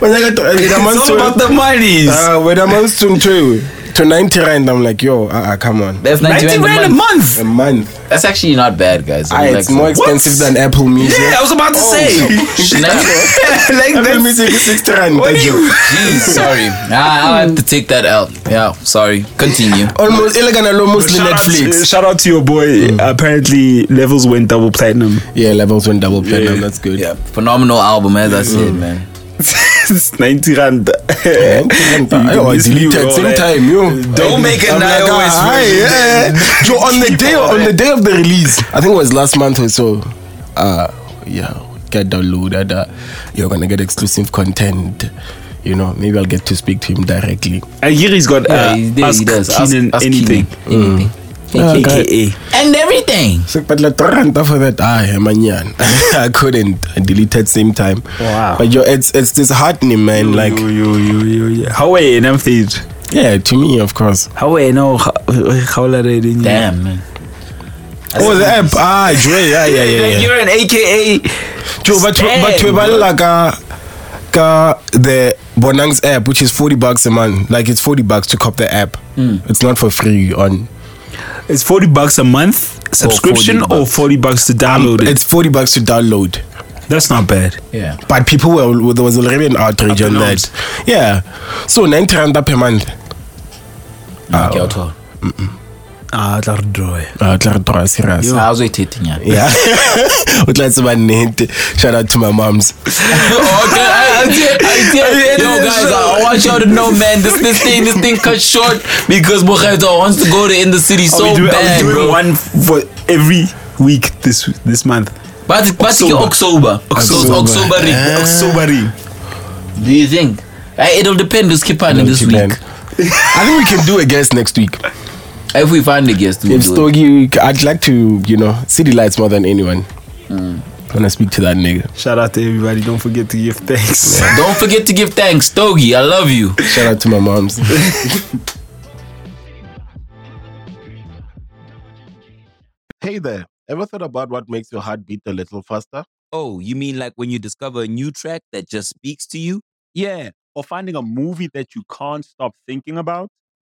A: When I got,
B: [LAUGHS] It's all about the monies. Uh,
A: uh, when I'm on soon too, to 90 rand, I'm like, yo, uh, uh come on.
C: That's 90,
B: 90 rand a month.
A: A month.
C: That's actually not bad, guys. I
A: Ah,
C: mean,
A: it's
C: like,
A: more expensive than Apple Music.
B: Yeah, I was about to [LAUGHS] say.
A: [LAUGHS]
C: Jeez,
B: like
A: Apple
B: that's
A: Music is 60 rand. Thank you.
C: sorry. Ah, I have to take that out. Yeah, sorry. Continue.
A: Almost elegant, almost
B: Shout out to-
A: Netflix.
B: shout out to your boy. Apparently, levels went double [LAUGHS] platinum.
A: Yeah, levels went double platinum. That's good.
C: Yeah, phenomenal album, as I said, man.
B: it's 90 [LAUGHS] rand.
A: Yo, I Ah, deleted same time, yo.
C: Don't make it
A: I'm
C: now,
A: like,
C: always
A: ah, yeah.
C: version.
A: Yo, on
B: [LAUGHS]
A: the day on the day of the release, I think it was last month or so. Uh, yeah, get downloaded. Uh, you're gonna get exclusive content. You know, maybe I'll get to speak to him directly.
B: And here he's got
C: Yeah,
B: uh,
C: he, there,
B: Ask
C: he does.
B: Keenan
C: ask, ask
B: anything.
C: Keenan anything. Mm.
A: Yeah, guy.
B: AKA.
C: And everything.
A: So, but like Torrent for that, ah, yeah, man, yeah. I couldn't. I deleted same time.
B: Wow.
A: But yo, it's it's disheartening, man. like,
B: yo, yo, yo, yo, yo. How are you in Amphid?
A: yeah, to me, of course.
B: How are you now? How are you in
C: Damn, man.
A: Oh, the app, ah, Dre, yeah, yeah, yeah. yeah.
B: You're an AKA.
A: Joe, but
B: Stan,
A: but we like ka ka the Bonang's app, which is forty bucks a month. Like it's forty bucks to cop the app. It's not for free on.
B: It's 40 bucks a month subscription or 40 bucks, to download it.
A: It's forty bucks to download.
B: That's not bad.
C: Yeah.
A: But people were there was already an outrage
B: Up
A: on
B: in
A: that.
B: arms.
A: Yeah, so ninety rand per month.
C: Okay, I'll talk.
B: Ah, that'll draw.
A: Uh, tla re tloga serious.
C: I was waiting. Yeah.
A: [LAUGHS] Yeah, would like to shout out to my moms.
C: [LAUGHS] okay, I, I did, I did. Yo, guys, I want y'all to know, man. This this thing, this thing cut short because Bukhaito wants to go to in the city so
B: I'll be doing,
C: bad,
B: I'll be doing
C: bro.
B: one for every week this this month.
C: But but October, Ah. October, October.
B: Uh, Sobering.
C: Do you think? Eh, it'll depend who's keeping in this
A: Don't you, man.
C: week.
A: I think we can do a guest next week.
C: If we find a guest, we'll
A: If
C: do it.
A: Stogie, I'd like to, you know, city lights more than anyone.
C: Hmm.
A: When I speak to that nigga.
B: Shout out to everybody. Don't forget to give thanks.
C: Don't forget to give thanks, Stogie. I love you.
A: Shout out to my moms. hey there. Ever thought about what makes your heart beat a little faster?
F: Oh, you mean like when you discover a new track that just speaks to you?
G: Yeah, or finding a movie that you can't stop thinking about.